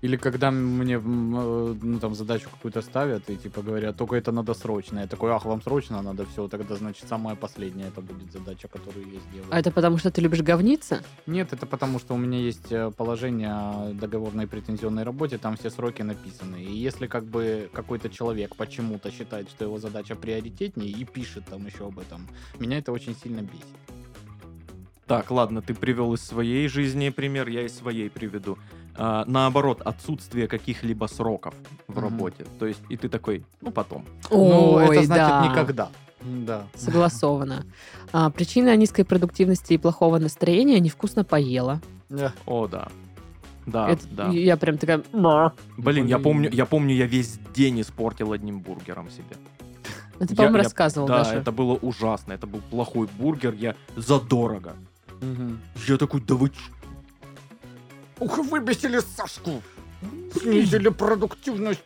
[SPEAKER 2] Или когда мне м, э, ну, там задачу какую-то ставят и типа говорят, только это надо срочно. Я такой, ах, вам срочно надо все, тогда значит самая последняя это будет задача, которую я сделаю.
[SPEAKER 1] А это потому, что ты любишь говниться?
[SPEAKER 2] Нет, это потому что у меня есть э, положение о договорной претензионной работе, там все сроки написаны. И если как бы какой-то человек почему-то считает, что его задача приоритетнее и пишет там еще об этом, меня это очень сильно бесит.
[SPEAKER 3] Так, ладно, ты привел из своей жизни пример, я из своей приведу. А, наоборот, отсутствие каких-либо сроков в
[SPEAKER 2] Мгм.
[SPEAKER 3] работе. То есть, и ты такой, ну, потом.
[SPEAKER 2] ну, это
[SPEAKER 1] Ой,
[SPEAKER 2] значит
[SPEAKER 1] да.
[SPEAKER 2] никогда. Да.
[SPEAKER 1] Согласовано. А, причина низкой продуктивности и плохого настроения невкусно поела.
[SPEAKER 3] О, да. Да,
[SPEAKER 1] Это-
[SPEAKER 3] А, да.
[SPEAKER 1] Я прям такая...
[SPEAKER 3] Блин, я
[SPEAKER 2] Блин.
[SPEAKER 3] помню, я помню, я весь день испортил одним бургером себе.
[SPEAKER 1] Ну, Ты,
[SPEAKER 3] Я-
[SPEAKER 1] по-моему,
[SPEAKER 3] я-
[SPEAKER 1] рассказывал
[SPEAKER 3] Да,
[SPEAKER 1] даже.
[SPEAKER 3] это было ужасно. Это был плохой бургер, я задорого.
[SPEAKER 2] Мгм.
[SPEAKER 3] Я такой, да вы ч-
[SPEAKER 2] Ух, выбесили Сашку! Снизили продуктивность.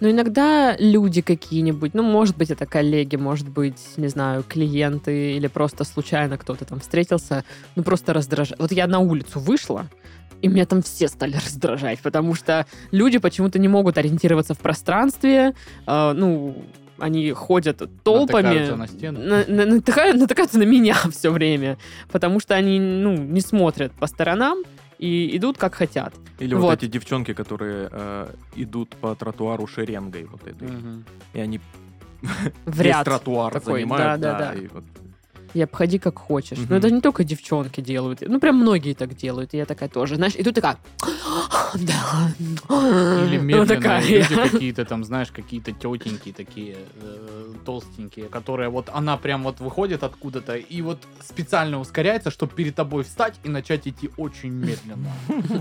[SPEAKER 1] Но иногда люди какие-нибудь, ну, может быть, это коллеги, может быть, не знаю, клиенты или просто случайно кто-то там встретился, ну, просто раздражает. Вот я на улицу вышла, и меня там все стали раздражать, потому что люди почему-то не могут ориентироваться в пространстве, э, ну, они ходят толпами,
[SPEAKER 2] Натыкаются на стену.
[SPEAKER 1] на- на- натыха- натыкаются на меня все время, потому что они, ну, не смотрят по сторонам и идут как хотят.
[SPEAKER 3] Или вот,
[SPEAKER 1] Вот.
[SPEAKER 3] эти девчонки, которые э, идут по тротуару шеренгой вот этой. И они
[SPEAKER 1] Вряд.
[SPEAKER 3] весь тротуар
[SPEAKER 1] Такой,
[SPEAKER 3] занимают.
[SPEAKER 1] да-да-да.
[SPEAKER 3] и вот.
[SPEAKER 1] и обходи как хочешь. Но
[SPEAKER 3] Мгм.
[SPEAKER 1] это не только девчонки делают. Ну, прям многие так делают. И я такая тоже. Знаешь, и тут такая... Да.
[SPEAKER 2] Или
[SPEAKER 1] Ну,
[SPEAKER 2] медленные
[SPEAKER 1] такая
[SPEAKER 2] люди
[SPEAKER 1] я.
[SPEAKER 2] какие-то там, знаешь, какие-то тетеньки такие э, толстенькие, которые вот она прям вот выходит откуда-то и вот специально ускоряется, чтобы перед тобой встать и начать идти очень медленно.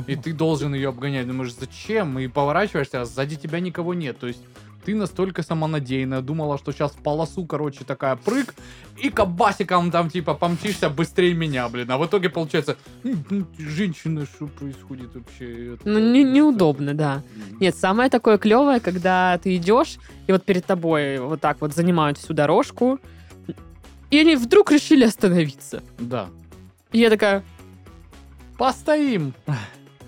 [SPEAKER 2] И ты должен ее обгонять. Думаешь, зачем? И поворачиваешься, а сзади тебя никого нет. То есть ты настолько самонадеянно думала, что сейчас в полосу, короче, такая прыг, и кабасиком там, типа, помчишься быстрее меня, блин. А в итоге получается, «М, м, женщина, что происходит вообще? Это
[SPEAKER 1] Ну, не-
[SPEAKER 2] просто-
[SPEAKER 1] неудобно, да.
[SPEAKER 2] Мгм.
[SPEAKER 1] Нет, самое такое клевое, когда ты идешь, и вот перед тобой вот так вот занимают всю дорожку, и они вдруг решили остановиться.
[SPEAKER 2] Да.
[SPEAKER 1] И я такая,
[SPEAKER 2] Постоим.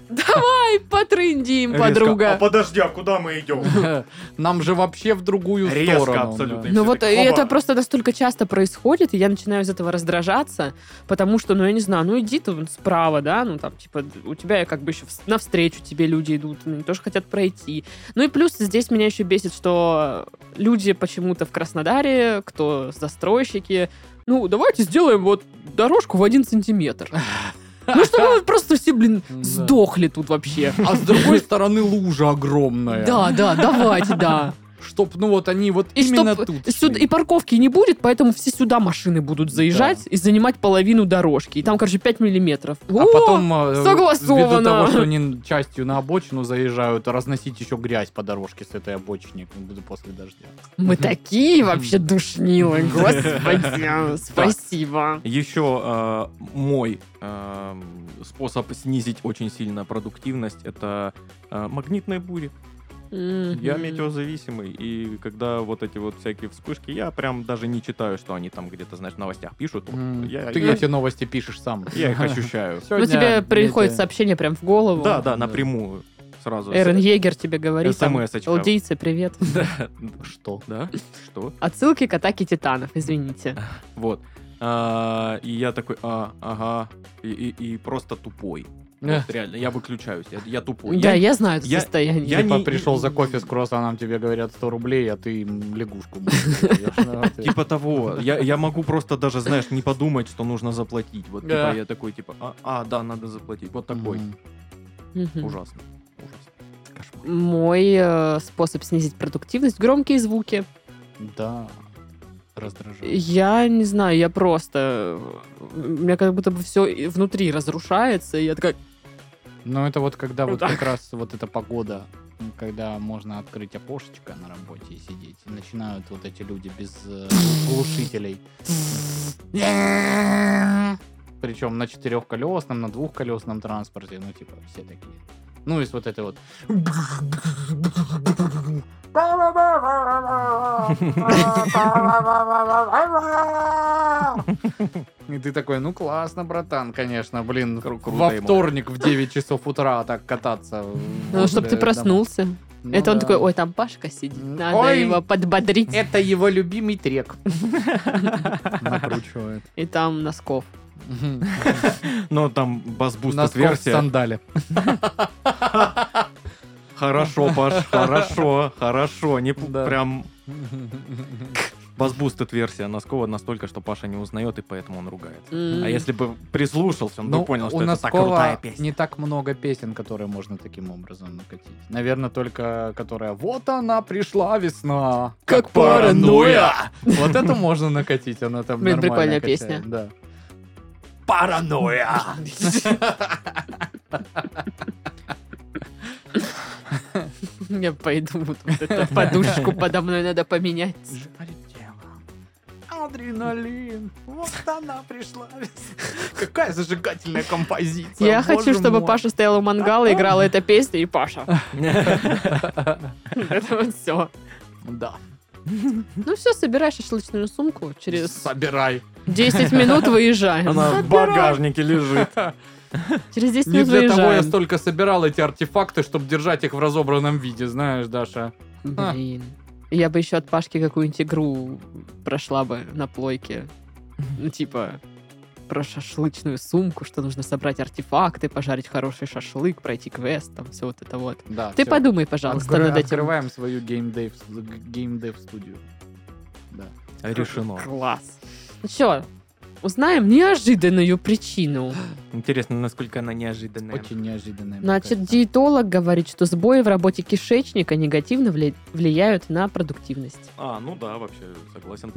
[SPEAKER 1] давай потрындим, подруга.
[SPEAKER 4] подожди, а куда мы идем?
[SPEAKER 2] Нам же вообще в другую
[SPEAKER 4] Резко
[SPEAKER 2] сторону.
[SPEAKER 4] абсолютно.
[SPEAKER 2] да.
[SPEAKER 4] и
[SPEAKER 1] Ну
[SPEAKER 4] все
[SPEAKER 1] вот
[SPEAKER 4] так,
[SPEAKER 1] и
[SPEAKER 4] «Хоба».
[SPEAKER 1] это просто настолько часто происходит, и я начинаю из этого раздражаться, потому что, ну, я не знаю, ну, иди ты вон справа, да, ну, там, типа, у тебя как бы еще вс- навстречу тебе люди идут, они тоже хотят пройти. Ну и плюс здесь меня еще бесит, что люди почему-то в Краснодаре, кто застройщики, ну, давайте сделаем вот дорожку в один сантиметр. Ну, чтобы вы просто все, блин,
[SPEAKER 2] Да.
[SPEAKER 1] сдохли тут вообще.
[SPEAKER 2] А с другой стороны лужа огромная.
[SPEAKER 1] Да, да, давайте, да.
[SPEAKER 2] Чтоб, ну вот они вот
[SPEAKER 1] И
[SPEAKER 2] именно
[SPEAKER 1] чтоб
[SPEAKER 2] тут.
[SPEAKER 1] Сюда,
[SPEAKER 2] шли.
[SPEAKER 1] и парковки не будет, поэтому все сюда машины будут заезжать и занимать половину дорожки. И там, короче, 5 миллиметров.
[SPEAKER 2] А
[SPEAKER 1] О,
[SPEAKER 2] потом, э,
[SPEAKER 1] согласовано.
[SPEAKER 2] ввиду того, что они частью на обочину заезжают, разносить еще грязь по дорожке с этой обочины как будто после дождя.
[SPEAKER 1] Мы такие вообще душнилы, господи, спасибо.
[SPEAKER 3] Еще э, мой э, способ снизить очень сильно продуктивность это э, магнитные бури. Я
[SPEAKER 1] Мгм. Ну,
[SPEAKER 3] метеозависимый, и когда вот эти вот всякие вспышки, я прям даже не читаю, что они там где-то, знаешь, в новостях пишут. Вот Я,
[SPEAKER 2] Ты
[SPEAKER 3] я-
[SPEAKER 2] эти новости пишешь сам.
[SPEAKER 3] я их ощущаю.
[SPEAKER 1] Ну, тебе приходит сообщение прям в голову.
[SPEAKER 3] Да, да,
[SPEAKER 2] да.
[SPEAKER 3] напрямую сразу.
[SPEAKER 1] Эрен Егер тебе говорит. там,
[SPEAKER 3] СМС-очка.
[SPEAKER 1] Алдейцы, привет.
[SPEAKER 2] Что?
[SPEAKER 3] Да? Что?
[SPEAKER 1] Отсылки к атаке титанов, извините.
[SPEAKER 3] Вот. А, И я такой, а, ага, и- и и просто тупой. Вот Реально, я выключаюсь, я- я тупой.
[SPEAKER 1] Да, я знаю это
[SPEAKER 3] я-
[SPEAKER 1] состояние.
[SPEAKER 3] я
[SPEAKER 2] Типа
[SPEAKER 3] не-
[SPEAKER 2] пришел за кофе с круассаном, тебе говорят 100 рублей, а ты им лягушку. мучаешь.
[SPEAKER 3] Типа того, я, я могу просто даже, знаешь, не подумать, что нужно заплатить. Вот
[SPEAKER 2] Да.
[SPEAKER 3] типа я такой, типа, а, а, да, надо заплатить. Вот такой.
[SPEAKER 2] Мгм.
[SPEAKER 1] Мгм.
[SPEAKER 3] Ужасно. Ужасно. Кошмар.
[SPEAKER 1] Мой э, способ снизить продуктивность — громкие звуки.
[SPEAKER 2] Да. Раздражает.
[SPEAKER 1] Я не знаю, я просто... У меня как будто бы все внутри разрушается, и я такая...
[SPEAKER 2] Ну, это вот когда
[SPEAKER 1] Ну,
[SPEAKER 2] вот
[SPEAKER 1] так.
[SPEAKER 2] как раз вот эта погода, м, когда можно открыть окошечко на работе и сидеть. И начинают вот эти люди без э, глушителей. Причем на четырехколесном, на двухколесном транспорте, ну, типа, все такие. Ну, и с вот этой вот... И ты такой, ну классно, братан, конечно, блин,
[SPEAKER 3] Кру- круто
[SPEAKER 2] во
[SPEAKER 3] ему.
[SPEAKER 2] вторник в 9 часов утра так кататься.
[SPEAKER 1] Ну, чтобы ты
[SPEAKER 2] Э,
[SPEAKER 1] проснулся.
[SPEAKER 2] домой.
[SPEAKER 1] Это
[SPEAKER 2] Ну
[SPEAKER 1] он
[SPEAKER 2] да.
[SPEAKER 1] такой, ой, там Пашка сидит,
[SPEAKER 2] М,
[SPEAKER 1] надо
[SPEAKER 2] ой.
[SPEAKER 1] его подбодрить.
[SPEAKER 2] Это его любимый трек. Накручивает.
[SPEAKER 1] И там Носков.
[SPEAKER 3] Но там бас-буст
[SPEAKER 2] Носков в
[SPEAKER 3] версия.
[SPEAKER 2] сандале.
[SPEAKER 3] Хорошо, Паш, хорошо, хорошо. Не пу-
[SPEAKER 2] Да.
[SPEAKER 3] прям бас-буст версия Носкова настолько, что Паша не узнает, и поэтому он ругается.
[SPEAKER 1] М.
[SPEAKER 3] А если бы прислушался, он
[SPEAKER 2] Ну,
[SPEAKER 3] бы понял,
[SPEAKER 2] у
[SPEAKER 3] что это так
[SPEAKER 2] Носкова
[SPEAKER 3] крутая песня.
[SPEAKER 2] не так много песен, которые можно таким образом накатить. Наверное, только которая «Вот она пришла, весна».
[SPEAKER 1] Как паранойя.
[SPEAKER 2] Вот это можно накатить, она там
[SPEAKER 1] Блин,
[SPEAKER 2] нормально
[SPEAKER 1] прикольная
[SPEAKER 2] качает,
[SPEAKER 1] песня.
[SPEAKER 2] Да.
[SPEAKER 4] Паранойя!
[SPEAKER 1] Я пойду, вот эту подушку подо мной надо поменять.
[SPEAKER 2] Адреналин. Вот она пришла. Какая зажигательная композиция.
[SPEAKER 1] Я хочу, чтобы Паша стоял у мангала, играла эта песня, и Паша. Это вот все.
[SPEAKER 2] Да.
[SPEAKER 1] Ну все, собирай шашлычную сумку, через
[SPEAKER 2] Собирай.
[SPEAKER 1] 10 минут выезжаем.
[SPEAKER 3] Она в багажнике лежит.
[SPEAKER 1] Через 10
[SPEAKER 2] Не
[SPEAKER 1] минут
[SPEAKER 2] для того я
[SPEAKER 1] выезжаем.
[SPEAKER 2] столько собирал эти артефакты, чтобы держать их в разобранном виде, знаешь, Даша. А.
[SPEAKER 1] Блин. Я бы еще от Пашки какую-нибудь игру прошла бы на плойке. Ну, типа, про шашлычную сумку, что нужно собрать артефакты, пожарить хороший шашлык, пройти квест, там, все вот это вот.
[SPEAKER 2] Да.
[SPEAKER 1] Ты
[SPEAKER 2] всё.
[SPEAKER 1] подумай, пожалуйста,
[SPEAKER 2] Откры-
[SPEAKER 1] над этим.
[SPEAKER 2] Открываем свою геймдев геймдев студию. Да.
[SPEAKER 3] Решено.
[SPEAKER 1] Класс. Ну что, Узнаем неожиданную
[SPEAKER 2] Ну,
[SPEAKER 1] причину.
[SPEAKER 3] Интересно, насколько она неожиданная.
[SPEAKER 2] Очень неожиданно.
[SPEAKER 1] Значит, диетолог говорит, что сбои в работе кишечника негативно вли- влияют на продуктивность.
[SPEAKER 3] А, ну да, вообще согласен.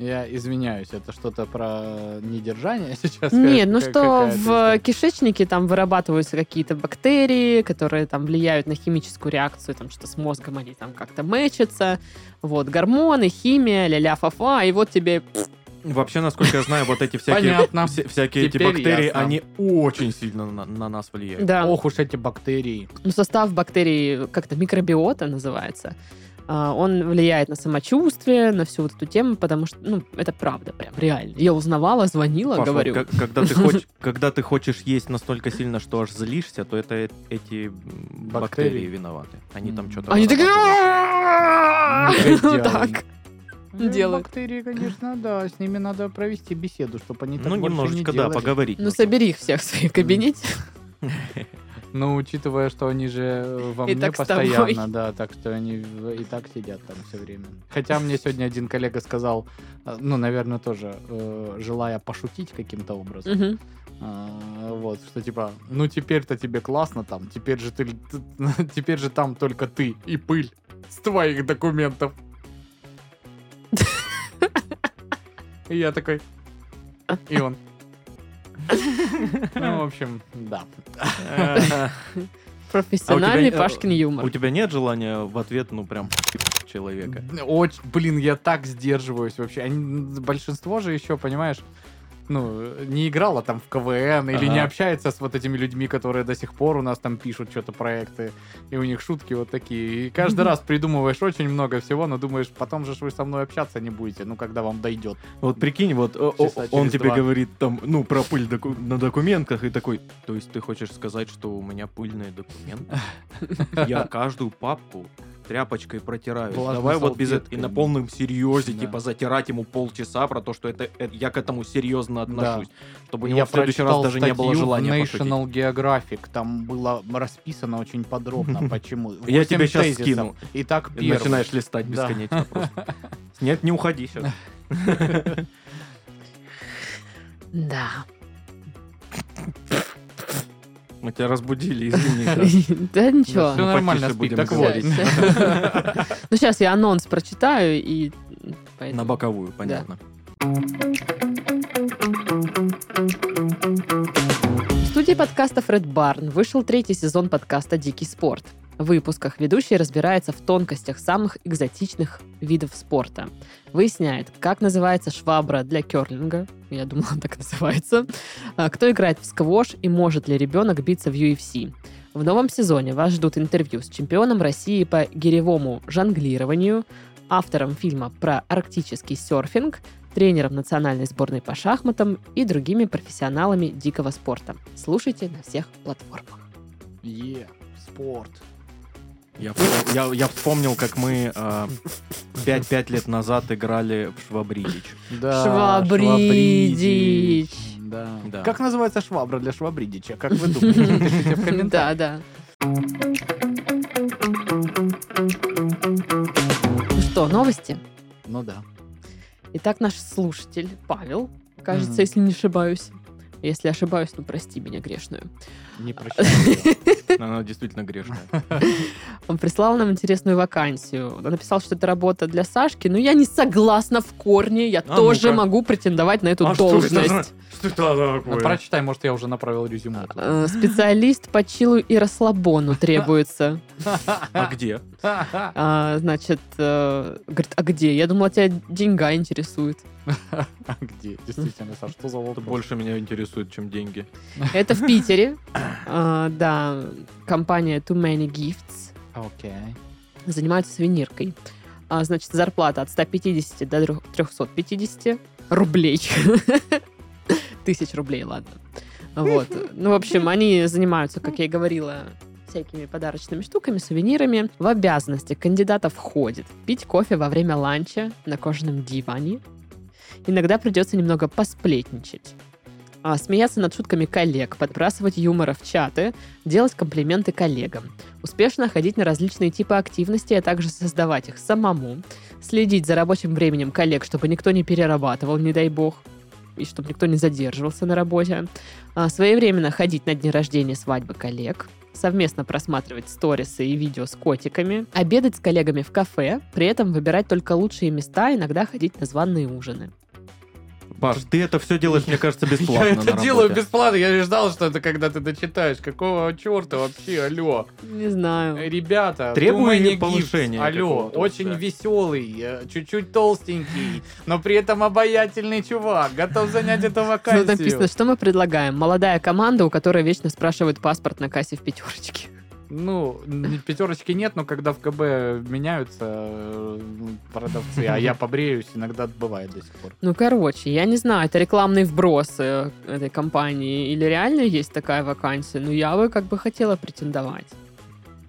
[SPEAKER 2] Я извиняюсь, это что-то про недержание сейчас?
[SPEAKER 1] Нет, ну
[SPEAKER 2] Как-
[SPEAKER 1] что
[SPEAKER 2] какая-то
[SPEAKER 1] в
[SPEAKER 2] история?
[SPEAKER 1] кишечнике там вырабатываются какие-то бактерии, которые там влияют на химическую реакцию, там что с мозгом они там как-то мэчатся. Вот, гормоны, химия, ля-ля, фа-фа, и вот тебе...
[SPEAKER 3] Вообще, насколько я знаю, вот эти всякие,
[SPEAKER 2] Понятно.
[SPEAKER 3] вся- всякие эти
[SPEAKER 2] Теперь
[SPEAKER 3] бактерии,
[SPEAKER 2] ясно.
[SPEAKER 3] они очень сильно на, на нас влияют.
[SPEAKER 1] Да.
[SPEAKER 2] Ох уж эти бактерии.
[SPEAKER 1] ну, состав бактерий, как-то микробиота называется, а, он влияет на самочувствие, на всю вот эту тему, потому что, ну, это правда, прям реально. Я узнавала, звонила,
[SPEAKER 3] Паш, вот
[SPEAKER 1] говорю.
[SPEAKER 3] как- когда, ты хоч- когда ты хочешь есть настолько сильно, что аж злишься, то это э- эти м, бактерии,
[SPEAKER 2] Бактерии.
[SPEAKER 3] виноваты. Они там
[SPEAKER 2] М.
[SPEAKER 3] что-то...
[SPEAKER 1] Они такие... «А,
[SPEAKER 2] Негодяи.
[SPEAKER 1] Ну, так. Делают.
[SPEAKER 2] Ну, Бактерии, конечно, да. С ними надо провести беседу, чтобы они так
[SPEAKER 3] Ну,
[SPEAKER 2] больше
[SPEAKER 3] немножечко,
[SPEAKER 2] не
[SPEAKER 3] да,
[SPEAKER 2] делали.
[SPEAKER 3] поговорить.
[SPEAKER 1] Ну,
[SPEAKER 3] нужно.
[SPEAKER 1] собери их всех в своем кабинете.
[SPEAKER 2] Ну, учитывая, что они же э, во
[SPEAKER 1] И
[SPEAKER 2] мне
[SPEAKER 1] так с
[SPEAKER 2] постоянно,
[SPEAKER 1] тобой.
[SPEAKER 2] да, так что они в- и так сидят там все время. Хотя мне сегодня один коллега сказал, э, ну, наверное, тоже э, желая пошутить каким-то образом,
[SPEAKER 1] Мгм.
[SPEAKER 2] А, Вот, что типа, ну теперь-то тебе классно там, теперь же ты, ты- теперь же там только ты и пыль с твоих документов. И я такой, и он. Ну, в общем, да.
[SPEAKER 1] Профессиональный
[SPEAKER 3] э,
[SPEAKER 1] Пашкин
[SPEAKER 3] У
[SPEAKER 1] юмор.
[SPEAKER 3] тебя нет желания в ответ, ну, прям человека?
[SPEAKER 2] Очень, блин, я так сдерживаюсь вообще. Они, большинство же еще, понимаешь, ну, не играла там в КВН или
[SPEAKER 3] Ага.
[SPEAKER 2] не общается с вот этими людьми, которые до сих пор у нас там пишут что-то проекты, и у них шутки вот такие. И каждый раз придумываешь очень много всего, но думаешь, потом же ж вы со мной общаться не будете, ну, когда вам дойдет.
[SPEAKER 3] Вот прикинь, вот о- о-
[SPEAKER 2] Часа
[SPEAKER 3] он
[SPEAKER 2] через
[SPEAKER 3] тебе
[SPEAKER 2] два.
[SPEAKER 3] говорит там, ну, про пыль доку- на документах, и такой, то есть ты хочешь сказать, что у меня пыльные документы? Я каждую папку тряпочкой протираю.
[SPEAKER 2] Влажной
[SPEAKER 3] Давай вот без этого. И
[SPEAKER 2] салфеткой.
[SPEAKER 3] на полном серьезе,
[SPEAKER 2] Да.
[SPEAKER 3] типа, затирать ему полчаса про то, что это, э, я к этому серьезно отношусь. Чтобы у него
[SPEAKER 2] Я
[SPEAKER 3] в следующий раз
[SPEAKER 2] прочитал
[SPEAKER 3] даже не было
[SPEAKER 2] статью в
[SPEAKER 3] желания пошутить.
[SPEAKER 2] National Geographic, там было расписано очень подробно, почему.
[SPEAKER 3] Я тебе
[SPEAKER 2] Восемь
[SPEAKER 3] щас
[SPEAKER 2] тезисов.
[SPEAKER 3] скину.
[SPEAKER 2] Итак,
[SPEAKER 3] И
[SPEAKER 2] первый.
[SPEAKER 3] начинаешь листать
[SPEAKER 2] Да.
[SPEAKER 3] бесконечно просто. Нет, не уходи сейчас.
[SPEAKER 1] Да.
[SPEAKER 3] Мы тебя разбудили, извини. да.
[SPEAKER 1] Да ничего.
[SPEAKER 2] Все
[SPEAKER 3] Ну,
[SPEAKER 2] нормально,
[SPEAKER 3] потише
[SPEAKER 2] спит,
[SPEAKER 3] будем
[SPEAKER 2] так вот.
[SPEAKER 3] говорить.
[SPEAKER 1] Ну, сейчас я анонс прочитаю и...
[SPEAKER 3] На
[SPEAKER 1] поэтому-
[SPEAKER 3] боковую, понятно.
[SPEAKER 1] В студии подкастов Red Barn вышел третий сезон подкаста «Дикий спорт». В выпусках ведущий разбирается в тонкостях самых экзотичных видов спорта. Выясняет, как называется швабра для керлинга, я думала, так называется, а, кто играет в сквош и может ли ребенок биться в UFC. В новом сезоне вас ждут интервью с чемпионом России по гиревому жонглированию, автором фильма про арктический серфинг, тренером национальной сборной по шахматам и другими профессионалами дикого спорта. Слушайте на всех платформах.
[SPEAKER 2] Е, спорт.
[SPEAKER 3] Я, вспом- я, я вспомнил, как мы 5-5 лет назад играли в Швабрилич.
[SPEAKER 2] Да,
[SPEAKER 1] Швабридич.
[SPEAKER 2] швабридич. Да.
[SPEAKER 3] Да.
[SPEAKER 2] Как называется швабра для швабридича? Как вы думаете? Пишите в комментариях.
[SPEAKER 1] Да, да. Ну что, новости?
[SPEAKER 2] Ну да.
[SPEAKER 1] Итак, наш слушатель Павел, кажется,
[SPEAKER 2] Мгм.
[SPEAKER 1] если не ошибаюсь. Если ошибаюсь, ну прости меня грешную.
[SPEAKER 2] Не прощаю.
[SPEAKER 3] Она действительно грешная.
[SPEAKER 1] Он прислал нам интересную вакансию. Он написал, что это работа для Сашки, но я не согласна в корне. Я
[SPEAKER 3] А
[SPEAKER 1] тоже
[SPEAKER 3] ну-ка.
[SPEAKER 1] могу претендовать на эту
[SPEAKER 3] А что это
[SPEAKER 1] должность.
[SPEAKER 3] Что это
[SPEAKER 2] Ну, Прочитай, может, я уже направил резюме.
[SPEAKER 1] Э, Специалист по чилу и расслабону требуется.
[SPEAKER 3] А где?
[SPEAKER 1] А, значит, э, говорит, а где? Я думала, тебя деньга интересует.
[SPEAKER 2] А Где? Действительно, Саш, что за
[SPEAKER 3] Это
[SPEAKER 2] вопрос?
[SPEAKER 3] больше меня интересует, чем деньги.
[SPEAKER 1] Это в Питере. А, Да, компания Too Many Gifts
[SPEAKER 2] Окей.
[SPEAKER 1] занимается сувениркой. А, Значит, зарплата от 150 до трё- 350 рублей. Тысяч рублей, ладно. Вот. Ну, в общем, они занимаются, как я и говорила, всякими подарочными штуками, сувенирами. В обязанности кандидата входит пить кофе во время ланча на кожаном диване. Иногда придется немного посплетничать. А, Смеяться над шутками коллег, подбрасывать юмора в чаты, делать комплименты коллегам успешно ходить на различные типы активностей, а также создавать их самому, следить за рабочим временем коллег, чтобы никто не перерабатывал, не дай бог, и чтобы никто не задерживался на работе. А, своевременно ходить на дни рождения свадьбы коллег совместно просматривать сторисы и видео с котиками, обедать с коллегами в кафе, при этом выбирать только лучшие места, иногда ходить на званые ужины.
[SPEAKER 3] Паш, ты это все делаешь, мне кажется, бесплатно.
[SPEAKER 2] Я
[SPEAKER 3] на
[SPEAKER 2] это
[SPEAKER 3] работе.
[SPEAKER 2] делаю бесплатно, я не ждал, что это когда ты дочитаешь. Какого черта вообще, алло?
[SPEAKER 1] Не знаю.
[SPEAKER 2] Э, Ребята,
[SPEAKER 3] Требую
[SPEAKER 2] Дума не
[SPEAKER 3] повышения
[SPEAKER 2] гипс. Алло,
[SPEAKER 3] какого-то
[SPEAKER 2] очень
[SPEAKER 3] уже.
[SPEAKER 2] веселый, э, чуть-чуть толстенький, но при этом обаятельный чувак, готов занять
[SPEAKER 1] Ну,
[SPEAKER 2] эту
[SPEAKER 1] Тут
[SPEAKER 2] вакансию.
[SPEAKER 1] написано, что мы предлагаем. Молодая команда, у которой вечно спрашивают паспорт на кассе в пятерочке.
[SPEAKER 2] Ну, н- пятерочки нет, но когда в КБ меняются э, продавцы, а я побреюсь, иногда бывает до сих пор.
[SPEAKER 1] Ну, короче, я не знаю, это рекламный вброс э, этой компании или реально есть такая вакансия, но я бы как бы хотела претендовать.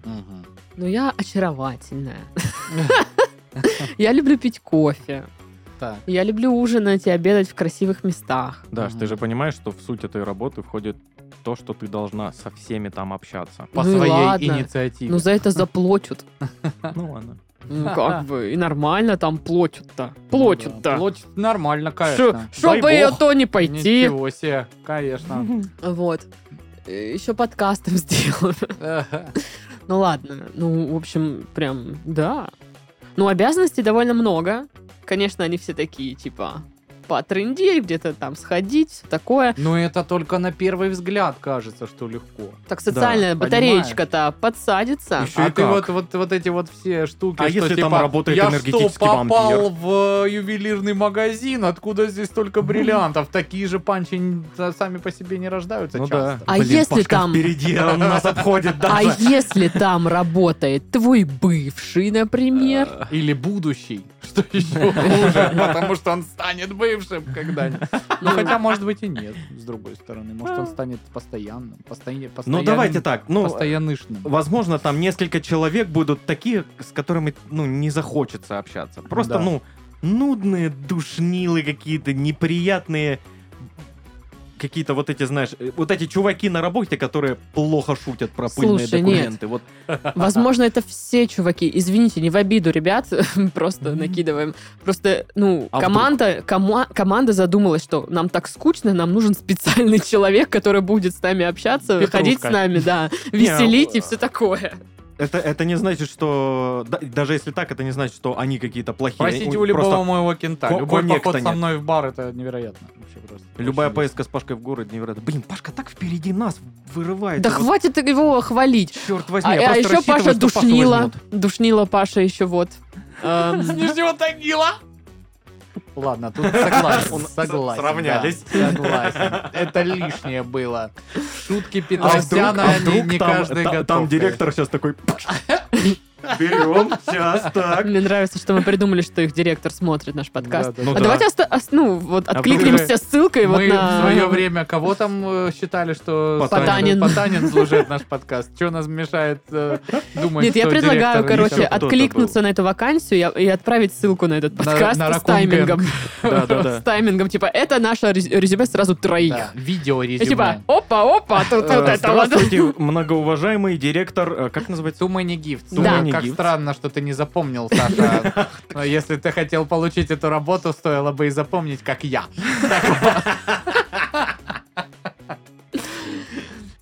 [SPEAKER 2] Мгм.
[SPEAKER 1] Но я очаровательная. Я люблю пить кофе.
[SPEAKER 2] Так.
[SPEAKER 1] Я люблю ужинать и обедать в красивых местах.
[SPEAKER 3] Даш, ты
[SPEAKER 2] Мгм.
[SPEAKER 3] же понимаешь, что в суть этой работы входит то, что ты должна со всеми там общаться.
[SPEAKER 2] По
[SPEAKER 1] Ну и
[SPEAKER 2] своей
[SPEAKER 1] ладно.
[SPEAKER 2] инициативе.
[SPEAKER 1] Ну, за это заплатят. А.
[SPEAKER 3] Ну ладно.
[SPEAKER 1] Ну, как бы, и нормально там платят-то. Платят-то.
[SPEAKER 2] Плоть нормально,
[SPEAKER 1] Шо-
[SPEAKER 2] Ну конечно.
[SPEAKER 1] Чтобы
[SPEAKER 2] Дай
[SPEAKER 1] ее
[SPEAKER 2] бог.
[SPEAKER 1] то не пойти.
[SPEAKER 2] Ничего себе, конечно.
[SPEAKER 1] Вот. Еще подкастом сделаю.
[SPEAKER 2] Ага.
[SPEAKER 1] Ну ладно, ну, в общем, прям, да. Ну, обязанностей довольно много. Конечно, они все такие, типа, потрындеть, где-то там сходить, все такое.
[SPEAKER 2] Но Ну, это только на первый взгляд кажется, что легко.
[SPEAKER 1] Так социальная
[SPEAKER 2] Да,
[SPEAKER 1] батареечка-то подсадится.
[SPEAKER 3] Ещё
[SPEAKER 2] а
[SPEAKER 3] и
[SPEAKER 2] ты
[SPEAKER 3] как.
[SPEAKER 2] вот, вот, вот эти вот все штуки,
[SPEAKER 3] А
[SPEAKER 2] что
[SPEAKER 3] если
[SPEAKER 2] типа,
[SPEAKER 3] там работает
[SPEAKER 2] я
[SPEAKER 3] энергетический
[SPEAKER 2] что, попал
[SPEAKER 3] вампир?»
[SPEAKER 2] в э, ювелирный магазин, откуда здесь столько бриллиантов? Такие же панчи н- за- сами по себе не рождаются
[SPEAKER 3] Ну да.
[SPEAKER 2] часто.
[SPEAKER 1] А если там-
[SPEAKER 3] впереди, он нас обходит
[SPEAKER 1] А
[SPEAKER 3] даже.
[SPEAKER 1] если там работает твой бывший, например?
[SPEAKER 3] А,
[SPEAKER 2] Или будущий, что еще хуже, потому что он станет бывшим когда-нибудь. Ну хотя, может быть, и нет, с другой стороны. Может, он станет постоянным. постоя-
[SPEAKER 3] Ну
[SPEAKER 2] постоянным-
[SPEAKER 3] давайте так, ну...
[SPEAKER 2] Постоянышным.
[SPEAKER 3] Возможно, там несколько человек будут такие, с которыми, ну, не захочется общаться. Просто,
[SPEAKER 2] Да.
[SPEAKER 3] ну, нудные душнилы какие-то, неприятные какие-то вот эти, знаешь, э, вот эти чуваки на работе, которые плохо шутят про пыльные
[SPEAKER 1] Слушай, нет.
[SPEAKER 3] документы. Вот
[SPEAKER 1] Возможно, это все чуваки. Извините, не в обиду, ребят, просто накидываем. Просто, ну,
[SPEAKER 3] А
[SPEAKER 1] команда, кома- команда задумалась, что нам так скучно, нам нужен специальный человек, который будет с нами общаться,
[SPEAKER 2] Петрушка.
[SPEAKER 1] ходить с нами, да, веселить
[SPEAKER 3] э,
[SPEAKER 1] и все такое.
[SPEAKER 3] это, это не значит, что... да, даже если так, это не значит, что они какие-то плохие.
[SPEAKER 2] Простите,
[SPEAKER 3] У-
[SPEAKER 2] у любого
[SPEAKER 3] просто
[SPEAKER 2] моего кента.
[SPEAKER 3] ко-
[SPEAKER 2] Любой
[SPEAKER 3] коннекта
[SPEAKER 2] поход со
[SPEAKER 3] нет.
[SPEAKER 2] мной в бар, это невероятно. Вообще просто.
[SPEAKER 3] Любая
[SPEAKER 2] Очень
[SPEAKER 3] поездка с Пашкой в город невероятно. Блин, Пашка так впереди нас вырывает.
[SPEAKER 1] Да хватит его хвалить.
[SPEAKER 3] Черт возьми,
[SPEAKER 1] А,
[SPEAKER 3] я
[SPEAKER 1] а
[SPEAKER 3] просто
[SPEAKER 1] еще
[SPEAKER 3] рассчитываю,
[SPEAKER 1] Паша
[SPEAKER 3] что Пашу
[SPEAKER 1] душнила.
[SPEAKER 3] возьмут.
[SPEAKER 1] Душнила Паша еще вот. Эм,
[SPEAKER 2] вкусно. С Нижнего Тагила! Ладно, тут согласен.
[SPEAKER 3] С-
[SPEAKER 2] согласен,
[SPEAKER 3] сравнялись.
[SPEAKER 2] да, согласен. Это лишнее было. Шутки
[SPEAKER 3] А вдруг,
[SPEAKER 2] Петросяна,
[SPEAKER 3] а
[SPEAKER 2] они
[SPEAKER 3] вдруг
[SPEAKER 2] не
[SPEAKER 3] там,
[SPEAKER 2] каждый
[SPEAKER 3] та-
[SPEAKER 2] готов.
[SPEAKER 3] там директор сейчас такой... Берем, сейчас так.
[SPEAKER 1] Мне нравится, что мы придумали, что их директор смотрит наш подкаст.
[SPEAKER 2] Да, да,
[SPEAKER 1] А
[SPEAKER 3] Ну да.
[SPEAKER 1] давайте оста- ос- ну, вот
[SPEAKER 3] А
[SPEAKER 1] откликнемся ссылкой вот
[SPEAKER 2] Мы
[SPEAKER 1] на...
[SPEAKER 2] в свое время кого там э, считали, что
[SPEAKER 3] Потанин.
[SPEAKER 2] Потанин, Потанин служит наш подкаст? Что нас мешает э, думать,
[SPEAKER 1] Нет, я
[SPEAKER 2] что
[SPEAKER 1] предлагаю,
[SPEAKER 2] директор
[SPEAKER 1] короче,
[SPEAKER 2] еще-
[SPEAKER 3] кто-то
[SPEAKER 1] откликнуться на эту вакансию и- и отправить ссылку на этот
[SPEAKER 2] На-
[SPEAKER 1] подкаст
[SPEAKER 2] на
[SPEAKER 1] с
[SPEAKER 2] Raccoon
[SPEAKER 1] таймингом.
[SPEAKER 3] Да-да-да.
[SPEAKER 1] С таймингом, типа, это наше рез- резюме сразу троих.
[SPEAKER 2] Да, видео
[SPEAKER 1] И
[SPEAKER 2] резюме.
[SPEAKER 1] а типа, опа, опа, тут вот
[SPEAKER 3] Э,
[SPEAKER 1] это вот.
[SPEAKER 3] Здравствуйте, многоуважаемый директор... э, Как называется?
[SPEAKER 2] Too many gifts.
[SPEAKER 1] Too
[SPEAKER 2] Да.
[SPEAKER 3] many
[SPEAKER 2] Как
[SPEAKER 3] gifts.
[SPEAKER 2] странно, что ты не запомнил, Саша. Но если ты хотел получить эту работу, стоило бы и запомнить, как я.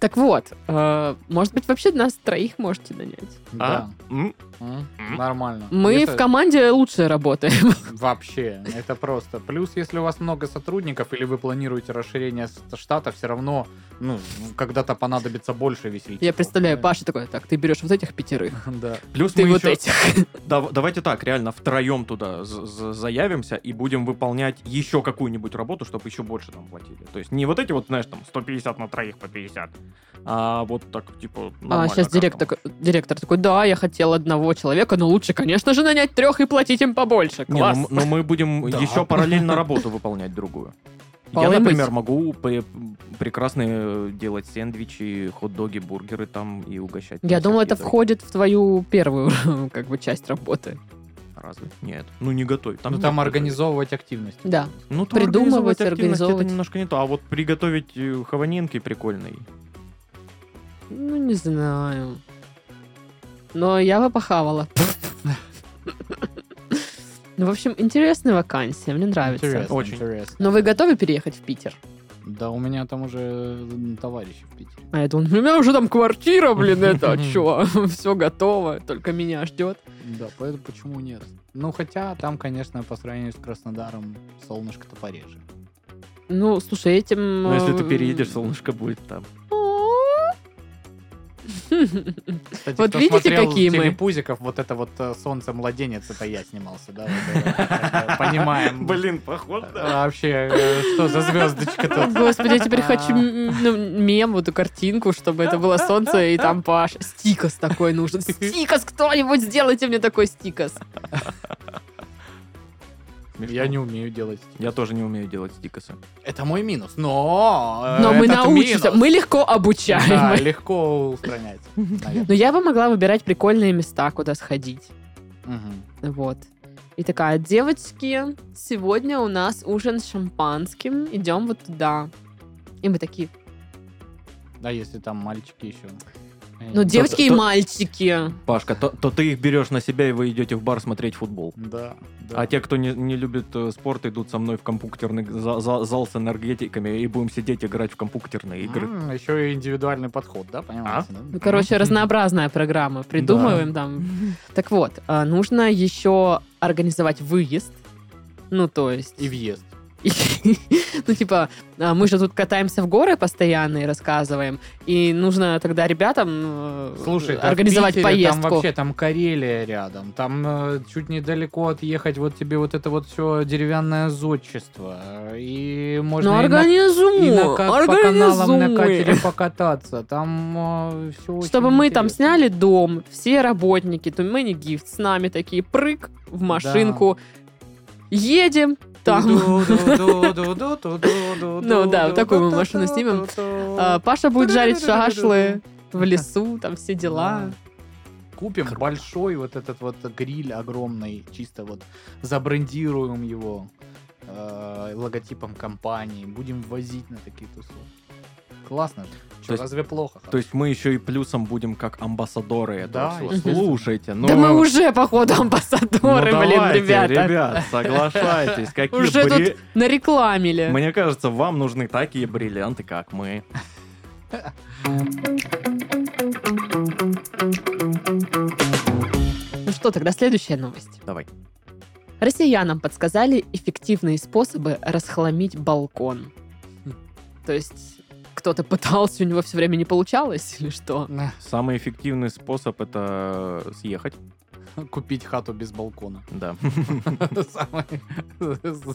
[SPEAKER 1] Так вот, э, может быть, вообще нас троих можете нанять.
[SPEAKER 2] Да.
[SPEAKER 3] А? М?
[SPEAKER 2] М, Нормально.
[SPEAKER 1] Мы
[SPEAKER 2] Это
[SPEAKER 1] в команде лучше работаем.
[SPEAKER 2] Вообще, это просто. Плюс, если у вас много сотрудников или вы планируете расширение с- штата, все равно, ну, когда-то понадобится больше весельчаков.
[SPEAKER 1] Я представляю, Паша такой, так, ты берешь вот этих
[SPEAKER 3] Ну,
[SPEAKER 1] пятерых,
[SPEAKER 2] Да.
[SPEAKER 3] Плюс
[SPEAKER 1] ты
[SPEAKER 3] мы
[SPEAKER 1] вот
[SPEAKER 3] еще-
[SPEAKER 1] этих.
[SPEAKER 3] Да- Давайте так, реально, втроем туда з- з- заявимся и будем выполнять еще какую-нибудь работу, чтобы еще больше там платили. То есть не вот эти вот, знаешь, там 150 на троих по 50, а вот так, типа,
[SPEAKER 1] А
[SPEAKER 3] нормально
[SPEAKER 1] сейчас
[SPEAKER 3] каждому.
[SPEAKER 1] директор, директор такой, да, я хотел одного человека, но лучше, конечно же, нанять трех и платить им побольше.
[SPEAKER 3] Не, ну,
[SPEAKER 1] Класс.
[SPEAKER 3] м- но мы будем
[SPEAKER 2] Да.
[SPEAKER 3] еще параллельно работу выполнять другую. Я,
[SPEAKER 1] Вполне
[SPEAKER 3] например,
[SPEAKER 1] быть.
[SPEAKER 3] могу пе- прекрасно э, делать сэндвичи, хот-доги, бургеры там и угощать.
[SPEAKER 1] Я
[SPEAKER 3] там
[SPEAKER 1] думал, это
[SPEAKER 3] всякие другие.
[SPEAKER 1] входит в твою первую как бы часть работы.
[SPEAKER 3] Разве? Нет. Ну не готовить.
[SPEAKER 2] Там,
[SPEAKER 3] нет
[SPEAKER 2] там
[SPEAKER 3] готовить.
[SPEAKER 2] организовывать активность.
[SPEAKER 1] Да.
[SPEAKER 3] Ну, там
[SPEAKER 1] Придумывать,
[SPEAKER 3] организовать активность
[SPEAKER 1] организовывать.
[SPEAKER 3] Это немножко не то. А вот приготовить э, хованинки прикольный.
[SPEAKER 1] Ну, не знаю. Но я бы похавала. Ну, в общем, интересная вакансия, мне нравится.
[SPEAKER 2] Интересно,
[SPEAKER 3] Очень.
[SPEAKER 2] интересно.
[SPEAKER 1] Но вы готовы переехать в Питер?
[SPEAKER 2] Да у меня там уже м, товарищи в Питере.
[SPEAKER 1] А это он, у меня уже там квартира, блин, это что? Все готово, только меня ждет.
[SPEAKER 2] Да, поэтому почему нет? Ну, хотя там, конечно, по сравнению с Краснодаром солнышко-то пореже.
[SPEAKER 1] Ну, слушай, этим...
[SPEAKER 3] Но если ты
[SPEAKER 1] э,
[SPEAKER 3] переедешь, солнышко будет там.
[SPEAKER 2] Кстати,
[SPEAKER 1] Вот
[SPEAKER 2] кто
[SPEAKER 1] видите,
[SPEAKER 2] смотрел
[SPEAKER 1] какие мы?
[SPEAKER 2] телепузиков, вот это вот э, солнце-младенец, это я снимался, да? вот это, э, Понимаем.
[SPEAKER 3] Блин, походу.
[SPEAKER 2] Вообще, э, что за звездочка
[SPEAKER 1] О,
[SPEAKER 2] тут?
[SPEAKER 1] Господи, я теперь хочу м, ну, мем, вот эту картинку, чтобы это было солнце, и там Паш. Стикос такой нужен. Стикос, кто-нибудь сделайте мне такой стикос.
[SPEAKER 2] Я не умею делать.
[SPEAKER 3] Я тоже не умею делать стикосы.
[SPEAKER 2] Это мой минус, но... э,
[SPEAKER 1] Но мы
[SPEAKER 2] этот
[SPEAKER 1] научимся,
[SPEAKER 2] минус,
[SPEAKER 1] мы легко
[SPEAKER 2] да,
[SPEAKER 1] обучаемы.
[SPEAKER 2] легко устранять, наверное.
[SPEAKER 1] Но я бы могла выбирать прикольные места, куда сходить. Ну,
[SPEAKER 2] Мгм.
[SPEAKER 1] Вот. И такая, девочки, сегодня у нас ужин с шампанским, идем вот туда. И мы такие,
[SPEAKER 2] Да, если там мальчики Э, еще.
[SPEAKER 1] ну, девочки и
[SPEAKER 3] то-
[SPEAKER 1] мальчики.
[SPEAKER 3] Пашка, то, то ты их берешь на себя, и вы идете в бар смотреть футбол.
[SPEAKER 2] Да, да.
[SPEAKER 3] А те, кто не, не любит э, спорт, идут со мной в компьютерный за- за- зал с энергетиками и будем сидеть играть в компьютерные игры.
[SPEAKER 2] Еще и индивидуальный подход, да, понимаете? да?
[SPEAKER 1] Ну, короче,
[SPEAKER 3] Мгм.
[SPEAKER 1] разнообразная программа. Придумываем там. Так вот, а, нужно еще организовать выезд. Ну, то есть...
[SPEAKER 2] И въезд.
[SPEAKER 1] Ну, типа, а, мы же тут катаемся в горы постоянно и рассказываем. И нужно тогда ребятам э,
[SPEAKER 2] Слушай, да в
[SPEAKER 1] организовать
[SPEAKER 2] Питере
[SPEAKER 1] поездку.
[SPEAKER 2] Там вообще там Карелия рядом, там э, чуть недалеко отъехать, вот тебе вот это вот все деревянное зодчество. э, И можно
[SPEAKER 1] Ну,
[SPEAKER 2] и на-
[SPEAKER 1] организуй!
[SPEAKER 2] и на ка- по каналам на
[SPEAKER 1] организуй.
[SPEAKER 2] катере покататься. Там все
[SPEAKER 1] Чтобы мы там сняли дом, все работники, то мы не гифт, с нами такие прыг в машинку, едем, там
[SPEAKER 2] Ну
[SPEAKER 1] Ну да, вот такую мы машину снимем. А, Паша будет жарить шашлы в лесу, там все дела.
[SPEAKER 2] Купим большой вот этот вот гриль огромный, чисто вот забрендируем его э, логотипом компании, будем возить на такие тусовки. Классно же. Чё,
[SPEAKER 3] То есть-
[SPEAKER 2] разве плохо?
[SPEAKER 3] То есть мы еще и плюсом будем как амбассадоры этого
[SPEAKER 2] Да,
[SPEAKER 3] всего.
[SPEAKER 2] естественно.
[SPEAKER 3] Слушайте, ну...
[SPEAKER 1] Да мы
[SPEAKER 3] ну
[SPEAKER 1] уже, походу, амбассадоры, блин,
[SPEAKER 3] давайте,
[SPEAKER 1] ребята.
[SPEAKER 3] ребят, соглашайтесь. Какие
[SPEAKER 1] Уже
[SPEAKER 3] бри-
[SPEAKER 1] тут нарекламили.
[SPEAKER 3] Мне кажется, вам нужны такие бриллианты, как мы.
[SPEAKER 1] Ну что, тогда следующая новость.
[SPEAKER 3] Давай.
[SPEAKER 1] Россиянам подсказали эффективные способы расхламить балкон. То есть кто-то пытался, у него все время не получалось или что?
[SPEAKER 3] Самый эффективный способ это съехать.
[SPEAKER 2] Купить хату без балкона.
[SPEAKER 3] Да.
[SPEAKER 2] Самый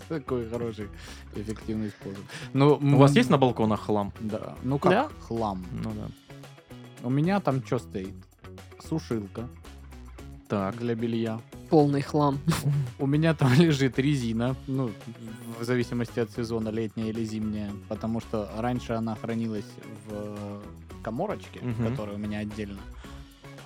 [SPEAKER 2] такой хороший эффективный способ. Ну,
[SPEAKER 3] У вас есть на балконах хлам?
[SPEAKER 2] Да. Ну как
[SPEAKER 1] Да?
[SPEAKER 2] хлам.
[SPEAKER 3] Ну да.
[SPEAKER 2] У меня там что стоит? Сушилка
[SPEAKER 3] Так.
[SPEAKER 2] для белья.
[SPEAKER 1] Полный хлам.
[SPEAKER 2] У меня там лежит резина, ну, в зависимости от сезона, летняя или зимняя, потому что раньше она хранилась в коморочке,
[SPEAKER 3] Мгм.
[SPEAKER 2] которая у меня отдельно.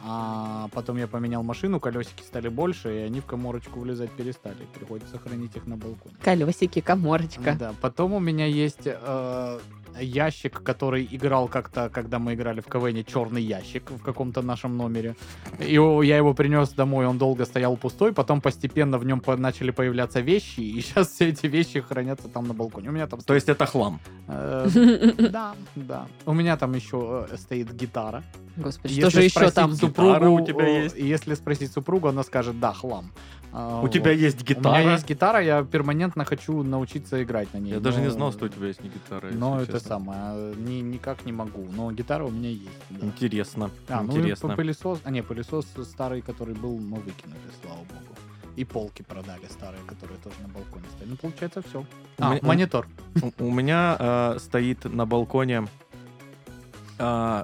[SPEAKER 2] А потом я поменял машину, колесики стали больше, и они в коморочку влезать перестали. Приходится хранить их на балконе.
[SPEAKER 1] Колесики, коморочка.
[SPEAKER 2] Ну Да, потом у меня есть э, ящик, который играл как-то, когда мы играли в КВН, черный ящик в каком-то нашем номере. И о- я его принес домой, он долго стоял пустой, потом постепенно в нем по- начали появляться вещи, и сейчас все эти вещи хранятся там на балконе. У меня там
[SPEAKER 3] То
[SPEAKER 2] стоит...
[SPEAKER 3] есть это хлам.
[SPEAKER 2] э, Да, да. У меня там еще э, стоит гитара.
[SPEAKER 1] Господи,
[SPEAKER 2] Если
[SPEAKER 1] что же еще
[SPEAKER 2] спросить
[SPEAKER 1] там?
[SPEAKER 2] Супругу,
[SPEAKER 3] Гитара у тебя
[SPEAKER 2] э,
[SPEAKER 3] есть?
[SPEAKER 2] Если спросить супругу, она скажет, да, хлам. А,
[SPEAKER 3] У тебя
[SPEAKER 2] вот.
[SPEAKER 3] есть
[SPEAKER 2] У меня
[SPEAKER 3] гитара.
[SPEAKER 2] есть гитара, я перманентно хочу научиться играть на ней.
[SPEAKER 3] Я даже не
[SPEAKER 2] но-
[SPEAKER 3] знал, что у тебя есть не гитара. Э, если
[SPEAKER 2] но Ну, это
[SPEAKER 3] честно.
[SPEAKER 2] самое, ни- никак не могу. Но гитара у меня есть. да.
[SPEAKER 3] Интересно.
[SPEAKER 2] А, ну и
[SPEAKER 3] Интересно.
[SPEAKER 2] п- пылесос, а не, пылесос старый, который был, мы выкинули, слава богу. И полки продали старые, которые тоже на балконе стоят. Ну, получается, все. А,
[SPEAKER 3] М-
[SPEAKER 2] монитор.
[SPEAKER 3] У- У меня э, стоит на балконе э,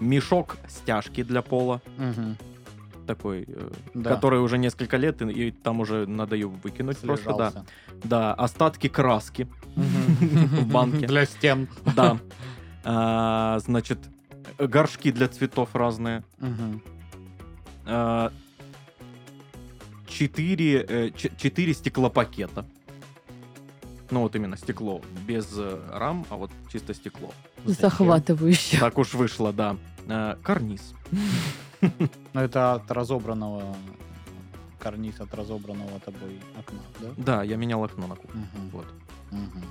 [SPEAKER 3] мешок стяжки для пола такой, э,
[SPEAKER 2] Да.
[SPEAKER 3] который уже несколько лет, и, и там уже надо ее выкинуть просто, да.
[SPEAKER 2] Слежался.
[SPEAKER 3] Да, остатки краски,
[SPEAKER 2] Мгм.
[SPEAKER 3] В банке.
[SPEAKER 2] Для стен.
[SPEAKER 3] да. А, Значит, горшки для цветов разные.
[SPEAKER 2] Мгм.
[SPEAKER 3] А, Четыре, э, ч- четыре стеклопакета. Ну вот именно стекло, без э, рам, а вот чисто стекло.
[SPEAKER 1] Захватывающе.
[SPEAKER 3] Так уж вышло, да. Э, Карниз.
[SPEAKER 2] Ну, это от разобранного
[SPEAKER 4] карниз от разобранного тобой окна, да?
[SPEAKER 3] Да, я менял окно на кухне.
[SPEAKER 4] Мгм.
[SPEAKER 3] Вот.
[SPEAKER 4] Мгм.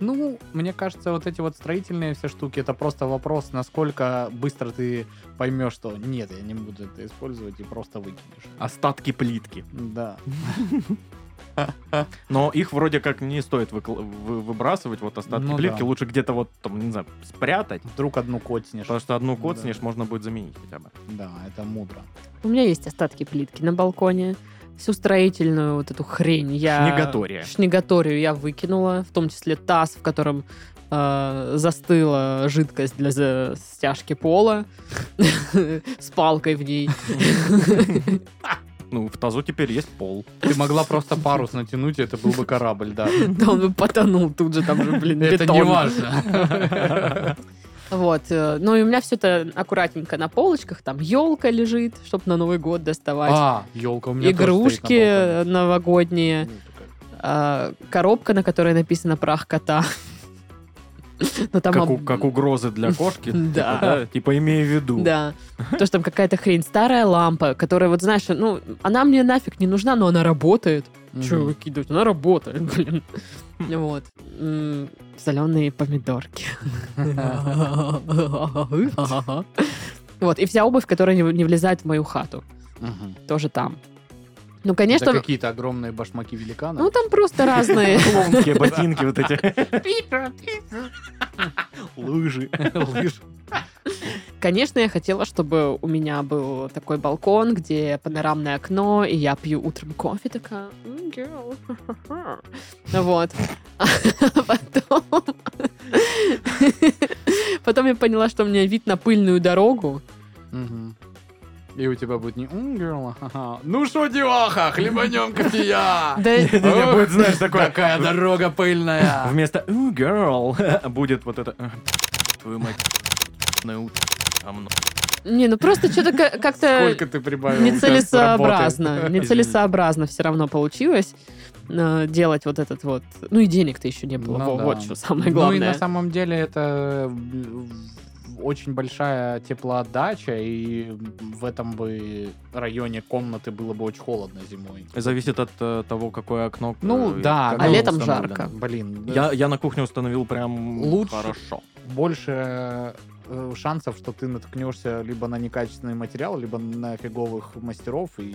[SPEAKER 2] Ну, мне кажется, вот эти вот строительные все штуки, это просто вопрос, насколько быстро ты поймешь, что нет, я не буду это использовать и просто выкинешь.
[SPEAKER 3] Остатки плитки.
[SPEAKER 2] Да.
[SPEAKER 3] Но их вроде как не стоит выкл- вы- выбрасывать, вот остатки
[SPEAKER 2] Ну
[SPEAKER 3] плитки.
[SPEAKER 2] да.
[SPEAKER 3] Лучше где-то вот, там, не знаю, спрятать.
[SPEAKER 4] Вдруг одну котнешь.
[SPEAKER 3] Потому что
[SPEAKER 1] Ну
[SPEAKER 3] одну
[SPEAKER 2] Да.
[SPEAKER 3] коцнешь, можно будет заменить хотя бы.
[SPEAKER 4] Да, это мудро.
[SPEAKER 1] У меня есть остатки плитки на балконе. Всю строительную вот эту хрень я...
[SPEAKER 3] Шнегатория.
[SPEAKER 1] Шнегаторию я выкинула, в том числе таз, в котором э, застыла жидкость для за- стяжки пола с палкой в ней.
[SPEAKER 3] Ну, в тазу теперь есть пол.
[SPEAKER 2] Ты могла просто парус натянуть, и это был бы корабль, да.
[SPEAKER 1] Да он бы потонул тут же, там же, блин,
[SPEAKER 2] Это
[SPEAKER 1] бетон.
[SPEAKER 2] не важно.
[SPEAKER 1] Вот. э, Ну и у меня все это аккуратненько на полочках. Там елка лежит, чтобы на Новый год доставать.
[SPEAKER 2] А, елка у меня
[SPEAKER 1] Игрушки
[SPEAKER 2] тоже стоит на балконе.
[SPEAKER 1] новогодние, э, коробка, на которой написано прах кота. Но там
[SPEAKER 3] Как,
[SPEAKER 1] об-
[SPEAKER 3] у- как угрозы для кошки. типа,
[SPEAKER 1] Да.
[SPEAKER 3] Типа, имея в виду.
[SPEAKER 1] Да. То, что там какая-то хрень. Старая лампа, которая, вот знаешь, ну, она мне нафиг не нужна, но она работает.
[SPEAKER 2] Мгм.
[SPEAKER 1] Че выкидывать? Она работает, блин. Вот. Соленые помидорки. Вот. И вся обувь, которая не не влезает в мою хату.
[SPEAKER 4] Мгм.
[SPEAKER 1] Тоже там. Ну,
[SPEAKER 2] Это
[SPEAKER 1] конечно,
[SPEAKER 2] какие-то огромные башмаки великана.
[SPEAKER 1] ну там просто разные.
[SPEAKER 3] Клоунские ботинки вот эти.
[SPEAKER 2] лыжи. Лыжи.
[SPEAKER 1] Конечно, я хотела, чтобы у меня был такой балкон, где панорамное окно, и я пью утром кофе, такая, «М, girl». Вот. А потом... Потом я поняла, что у меня вид на пыльную дорогу.
[SPEAKER 2] Мгм. И у тебя будет не «М, girl, ха-ха». Ну что, деваха, хлебанем кофея!
[SPEAKER 1] Да,
[SPEAKER 3] Не-не-не, будет, знаешь, такое-
[SPEAKER 2] Такая дорога пыльная.
[SPEAKER 3] Вместо «Ooh, girl» будет вот это «Э, твою мать, на утро, говно».
[SPEAKER 1] не, ну просто что-то ка- как-то
[SPEAKER 2] Сколько ты прибавил?
[SPEAKER 1] нецелесообразно.
[SPEAKER 2] работы?
[SPEAKER 1] Нецелесообразно все равно получилось э, делать вот этот вот... Ну и денег-то еще не было.
[SPEAKER 2] Ну
[SPEAKER 1] Во,
[SPEAKER 2] да.
[SPEAKER 1] Вот что самое
[SPEAKER 2] Ну и на
[SPEAKER 1] главное.
[SPEAKER 2] самом деле это м, очень большая теплоотдача, и в этом бы районе комнаты было бы очень холодно зимой.
[SPEAKER 3] Зависит от э, того, какое окно.
[SPEAKER 2] Ну
[SPEAKER 3] э,
[SPEAKER 2] да,
[SPEAKER 3] как
[SPEAKER 1] А
[SPEAKER 3] оно
[SPEAKER 1] летом
[SPEAKER 3] установлено.
[SPEAKER 1] жарко.
[SPEAKER 2] Блин,
[SPEAKER 3] Я, я на кухне установил прям
[SPEAKER 2] Лучше.
[SPEAKER 3] хорошо.
[SPEAKER 2] больше э, шансов, что ты наткнешься либо на некачественный материал, либо на фиговых мастеров и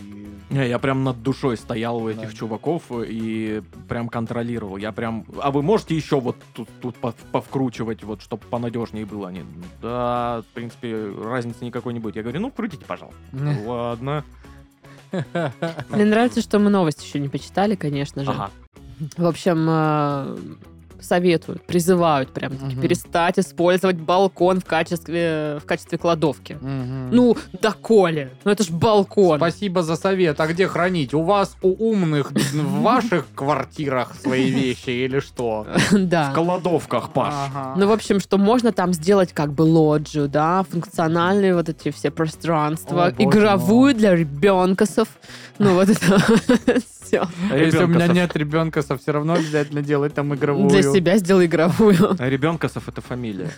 [SPEAKER 3] Не, я прям над душой стоял у этих
[SPEAKER 2] Да.
[SPEAKER 3] чуваков и прям контролировал. Я прям. А вы можете еще вот тут, тут пов- повкручивать, вот чтобы понадежнее было? Они. «Ну Да, в принципе, разницы никакой не будет. Я говорю, ну вкрутите, пожалуйста. Ладно.
[SPEAKER 1] Мне нравится, что мы новости еще не почитали, конечно же.
[SPEAKER 3] Ага.
[SPEAKER 1] В общем, э, советуют, призывают прям таки
[SPEAKER 2] Мгм.
[SPEAKER 1] перестать использовать балкон в качестве, в качестве кладовки.
[SPEAKER 2] Ну,
[SPEAKER 1] Ну, доколе? Ну, это ж балкон.
[SPEAKER 2] спасибо за совет. А где хранить? У вас, у умных, в ваших квартирах свои вещи или что?
[SPEAKER 1] Да.
[SPEAKER 3] В кладовках, Паш.
[SPEAKER 2] Ага.
[SPEAKER 1] Ну, в общем, что можно там сделать как бы лоджию, да, функциональные вот эти все пространства,
[SPEAKER 2] О, боже
[SPEAKER 1] игровую для ребенкосов, ну, вот это все.
[SPEAKER 3] А,
[SPEAKER 2] Если у меня
[SPEAKER 3] Ребенкосов.
[SPEAKER 2] нет ребенка, то все равно обязательно делать там игровую.
[SPEAKER 1] Для себя сделай игровую.
[SPEAKER 3] Ребенкосов это фамилия.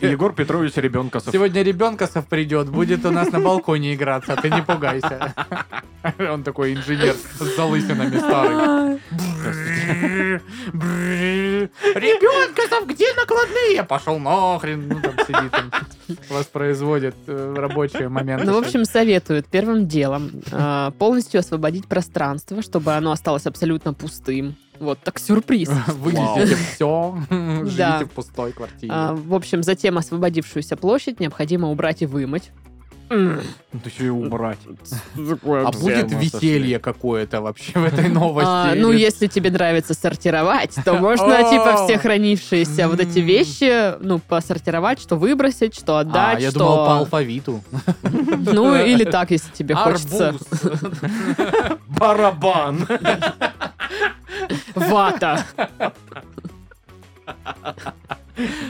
[SPEAKER 3] Е- Егор Петрович Ребенкосов.
[SPEAKER 2] Сегодня ребенкосов придет, будет у нас на балконе играться, ты не пугайся. Он такой инженер с залысинами старый. Ребенкосов, где накладные? Пошел нахрен. Ну, там сидит, он воспроизводит э, рабочие моменты.
[SPEAKER 1] Ну, в общем, советуют первым делом э, полностью освободить пространство, чтобы оно осталось абсолютно пустым. Вот так сюрприз.
[SPEAKER 2] Вынесите все,
[SPEAKER 1] Да.
[SPEAKER 2] живите в пустой квартире.
[SPEAKER 1] А, в общем, затем освободившуюся площадь необходимо убрать и вымыть. М,
[SPEAKER 3] Ну, еще и убрать.
[SPEAKER 2] А
[SPEAKER 3] Все
[SPEAKER 2] будет
[SPEAKER 3] мы
[SPEAKER 2] веселье какое-то вообще в этой новости?
[SPEAKER 1] а, ну,
[SPEAKER 2] Или-
[SPEAKER 1] если тебе нравится сортировать, то можно,
[SPEAKER 2] О!
[SPEAKER 1] типа, все хранившиеся вот эти
[SPEAKER 2] М.
[SPEAKER 1] вещи, ну, посортировать, что выбросить, что
[SPEAKER 2] А,
[SPEAKER 1] отдать,
[SPEAKER 2] я
[SPEAKER 1] что...
[SPEAKER 2] думал по алфавиту.
[SPEAKER 1] Ну, или так, если тебе хочется.
[SPEAKER 2] Арбуз.
[SPEAKER 3] Барабан.
[SPEAKER 1] Вата.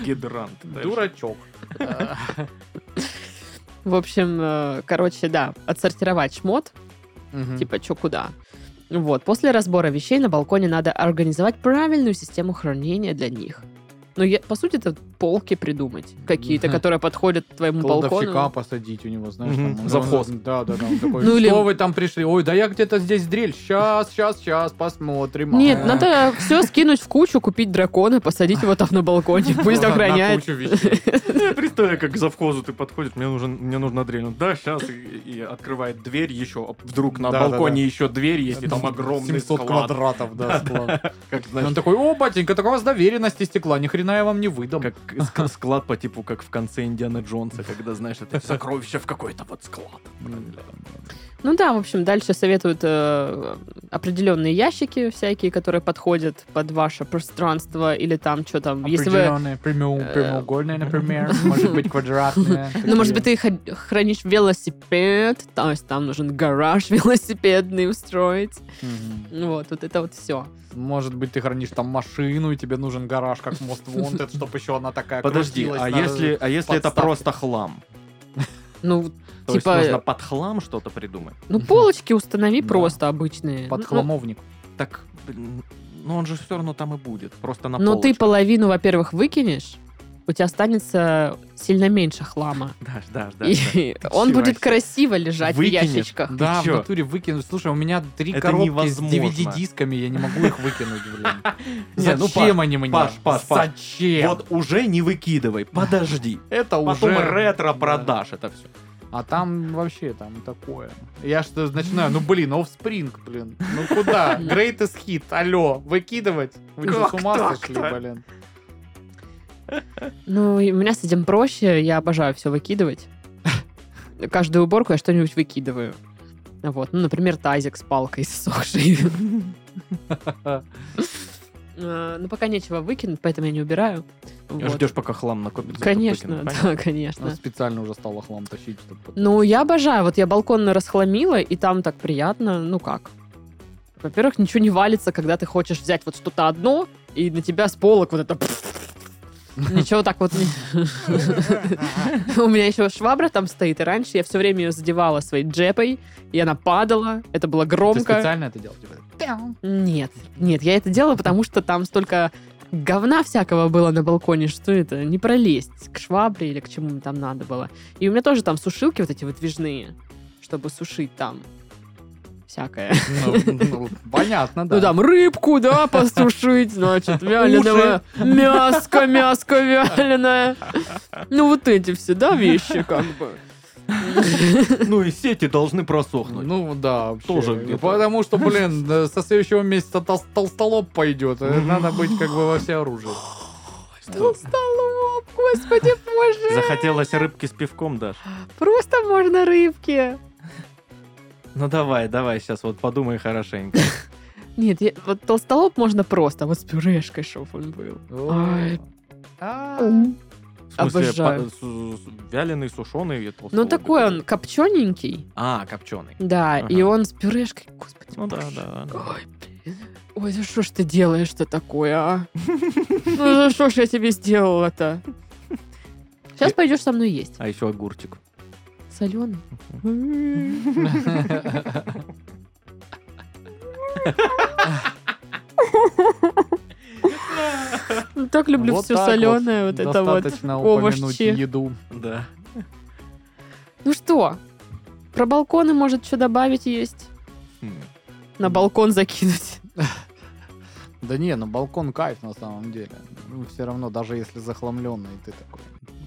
[SPEAKER 3] Гидрант.
[SPEAKER 2] Дурачок.
[SPEAKER 1] В общем, э, короче, да, отсортировать шмот,
[SPEAKER 2] Мгм.
[SPEAKER 1] типа чё куда. Вот, после разбора вещей на балконе надо организовать правильную систему хранения для них. Ну, я, по сути, это полки придумать какие-то, которые подходят к твоему
[SPEAKER 2] Кладовщика
[SPEAKER 1] балкону.
[SPEAKER 2] посадить у него, знаешь,
[SPEAKER 3] Мгм.
[SPEAKER 2] там. он-
[SPEAKER 3] Завхоз.
[SPEAKER 2] он- Да, да, да. Он такой,
[SPEAKER 1] Ну или-
[SPEAKER 2] что вы там пришли? Ой, да я где-то здесь дрель. Сейчас, сейчас, сейчас, посмотрим.
[SPEAKER 1] Нет,
[SPEAKER 2] А.
[SPEAKER 1] надо все скинуть в кучу, купить дракона, посадить его там на балконе, пусть
[SPEAKER 2] На
[SPEAKER 1] охраняет.
[SPEAKER 2] кучу вещей.
[SPEAKER 3] Я представляю, как к завхозу ты подходишь, мне, нужен, мне нужна дрель. Он, Да, сейчас, и, и открывает дверь еще, а вдруг на
[SPEAKER 4] Да, да,
[SPEAKER 3] балконе еще дверь есть, и там огромный
[SPEAKER 4] 700
[SPEAKER 3] склад.
[SPEAKER 4] квадратов, да, склад.
[SPEAKER 3] Как,
[SPEAKER 2] И Он
[SPEAKER 3] знаешь,
[SPEAKER 2] такой, о, батенька, так у вас доверенности стекла, ни хрена я вам не выдам.
[SPEAKER 3] как ск- склад по типу, как в конце Индиана Джонса, когда, знаешь, это сокровище в какой-то вот склад.
[SPEAKER 1] Ну да, в общем, дальше советуют э, определенные ящики всякие, которые подходят под ваше пространство или там что там. Если вы,
[SPEAKER 2] Определенные, прямоу-
[SPEAKER 1] Э,
[SPEAKER 2] прямоугольные, например, может быть, квадратные.
[SPEAKER 1] ну, может быть,
[SPEAKER 2] такие.
[SPEAKER 1] ты хо- хранишь велосипед, то есть там нужен гараж велосипедный устроить. Ну
[SPEAKER 2] Мгм.
[SPEAKER 1] Вот, вот это вот все.
[SPEAKER 2] Может быть, ты хранишь там машину, и тебе нужен гараж, как Most Wanted, чтобы еще она такая
[SPEAKER 3] Подожди,
[SPEAKER 2] крутилась
[SPEAKER 3] а
[SPEAKER 2] на-
[SPEAKER 3] если, а если это
[SPEAKER 2] подставке.
[SPEAKER 3] просто хлам?
[SPEAKER 1] Ну,
[SPEAKER 3] То
[SPEAKER 1] Типа-
[SPEAKER 3] есть нужно под хлам что-то придумать?
[SPEAKER 1] ну полочки установи
[SPEAKER 2] Да.
[SPEAKER 1] просто обычные.
[SPEAKER 2] Под
[SPEAKER 1] Ну,
[SPEAKER 2] хламовник.
[SPEAKER 3] Так, блин, ну он же все равно там и будет, просто на
[SPEAKER 1] Но ну, ты
[SPEAKER 3] полочке.
[SPEAKER 1] половину, во-первых, выкинешь, у тебя останется сильно меньше хлама.
[SPEAKER 3] Дашь, дашь, дашь, дашь.
[SPEAKER 1] И он
[SPEAKER 3] чё
[SPEAKER 1] будет
[SPEAKER 3] вообще?
[SPEAKER 1] красиво лежать в
[SPEAKER 3] Выкинешь?
[SPEAKER 1] ящичках.
[SPEAKER 2] Да, в
[SPEAKER 3] чё?
[SPEAKER 2] натуре выкинуть. Слушай, у меня три
[SPEAKER 3] Это
[SPEAKER 2] коробки с
[SPEAKER 3] невозможно.
[SPEAKER 2] DVD-дисками, я не могу их выкинуть, блин.
[SPEAKER 3] Не, ну,
[SPEAKER 2] Зачем они мне?
[SPEAKER 3] Паш, Паш, Паш.
[SPEAKER 2] Зачем?
[SPEAKER 3] Вот уже не выкидывай, подожди.
[SPEAKER 2] это
[SPEAKER 3] Потом
[SPEAKER 2] уже...
[SPEAKER 3] ретро продашь это все.
[SPEAKER 2] А там вообще там такое. Я что начинаю, ну блин, Offspring, блин. Ну куда? Greatest hit, алло, выкидывать? Вы что, с
[SPEAKER 3] Как
[SPEAKER 2] ума
[SPEAKER 3] так-то?
[SPEAKER 2] сошли, блин?
[SPEAKER 1] Ну, и у меня с этим проще, я обожаю все выкидывать. Каждую уборку я что-нибудь выкидываю. Вот, ну, например, тазик с палкой сохший. Ну, пока нечего выкинуть, поэтому я не убираю. Вот.
[SPEAKER 3] Ждешь, пока хлам накопится.
[SPEAKER 1] Конечно, да, конечно.
[SPEAKER 2] Она специально уже стала хлам тащить, чтобы... потом-
[SPEAKER 1] Ну, я обожаю. Вот я балкон расхламила, и там так приятно. Ну как? Во-первых, ничего не валится, когда ты хочешь взять вот что-то одно, и на тебя с полок вот это... Ничего так вот... не- У меня еще швабра там стоит, и раньше я все время ее задевала своей джепой, и она падала, это было
[SPEAKER 2] Ты
[SPEAKER 1] громко.
[SPEAKER 2] специально это делал? типа,
[SPEAKER 1] Нет, нет, я это делала, потому что там столько говна всякого было на балконе, что это, не пролезть к швабре или к чему там надо было. И у меня тоже там сушилки вот эти выдвижные, чтобы сушить там всякое.
[SPEAKER 2] Ну, ну, понятно, да.
[SPEAKER 1] Ну там рыбку, да, посушить, значит, вяленого мяско, мяско вяленое. Ну вот эти все, да, вещи как бы.
[SPEAKER 3] Ну и сети должны просохнуть.
[SPEAKER 2] Ну да, вообще.
[SPEAKER 3] Тоже
[SPEAKER 2] И
[SPEAKER 3] где-то.
[SPEAKER 2] Потому что, блин, э, со следующего месяца тол- толстолоб пойдет. Э, Надо быть как бы во всеоружии.
[SPEAKER 1] Толстолоб, господи боже,
[SPEAKER 3] Захотелось рыбки с пивком, Даш?
[SPEAKER 1] просто можно рыбки.
[SPEAKER 3] Ну давай, давай, сейчас вот подумай хорошенько.
[SPEAKER 1] Нет, я- вот толстолоб можно просто, вот с пюрешкой, чтоб он был. Ай.
[SPEAKER 2] А.
[SPEAKER 3] В смысле,
[SPEAKER 1] Обожаю.
[SPEAKER 3] па- су- су- вяленый, сушеный. это
[SPEAKER 1] Ну
[SPEAKER 3] вот
[SPEAKER 1] такой
[SPEAKER 3] это.
[SPEAKER 1] он копчененький,
[SPEAKER 3] А, копченый.
[SPEAKER 1] да, и
[SPEAKER 3] Ага.
[SPEAKER 1] он с пюрешкой, господи
[SPEAKER 3] Ну да,
[SPEAKER 1] боже.
[SPEAKER 3] да. да.
[SPEAKER 1] Ой, блин. Ой, за что ж ты делаешь-то такое, а? Ну за что ж я тебе сделала-то? Сейчас пойдешь со мной есть.
[SPEAKER 3] А еще огурчик.
[SPEAKER 1] Соленый. Ну, так люблю
[SPEAKER 2] Вот
[SPEAKER 1] все
[SPEAKER 2] так
[SPEAKER 1] соленое, вот, это вот.
[SPEAKER 2] Достаточно упомянуть
[SPEAKER 1] овощи.
[SPEAKER 2] еду.
[SPEAKER 3] Да.
[SPEAKER 1] Ну что, про балконы, может, что добавить есть?
[SPEAKER 3] Хм.
[SPEAKER 1] На балкон закинуть.
[SPEAKER 2] Да не, на балкон кайф на самом деле. Ну, все равно, даже если захламленный, ты такой,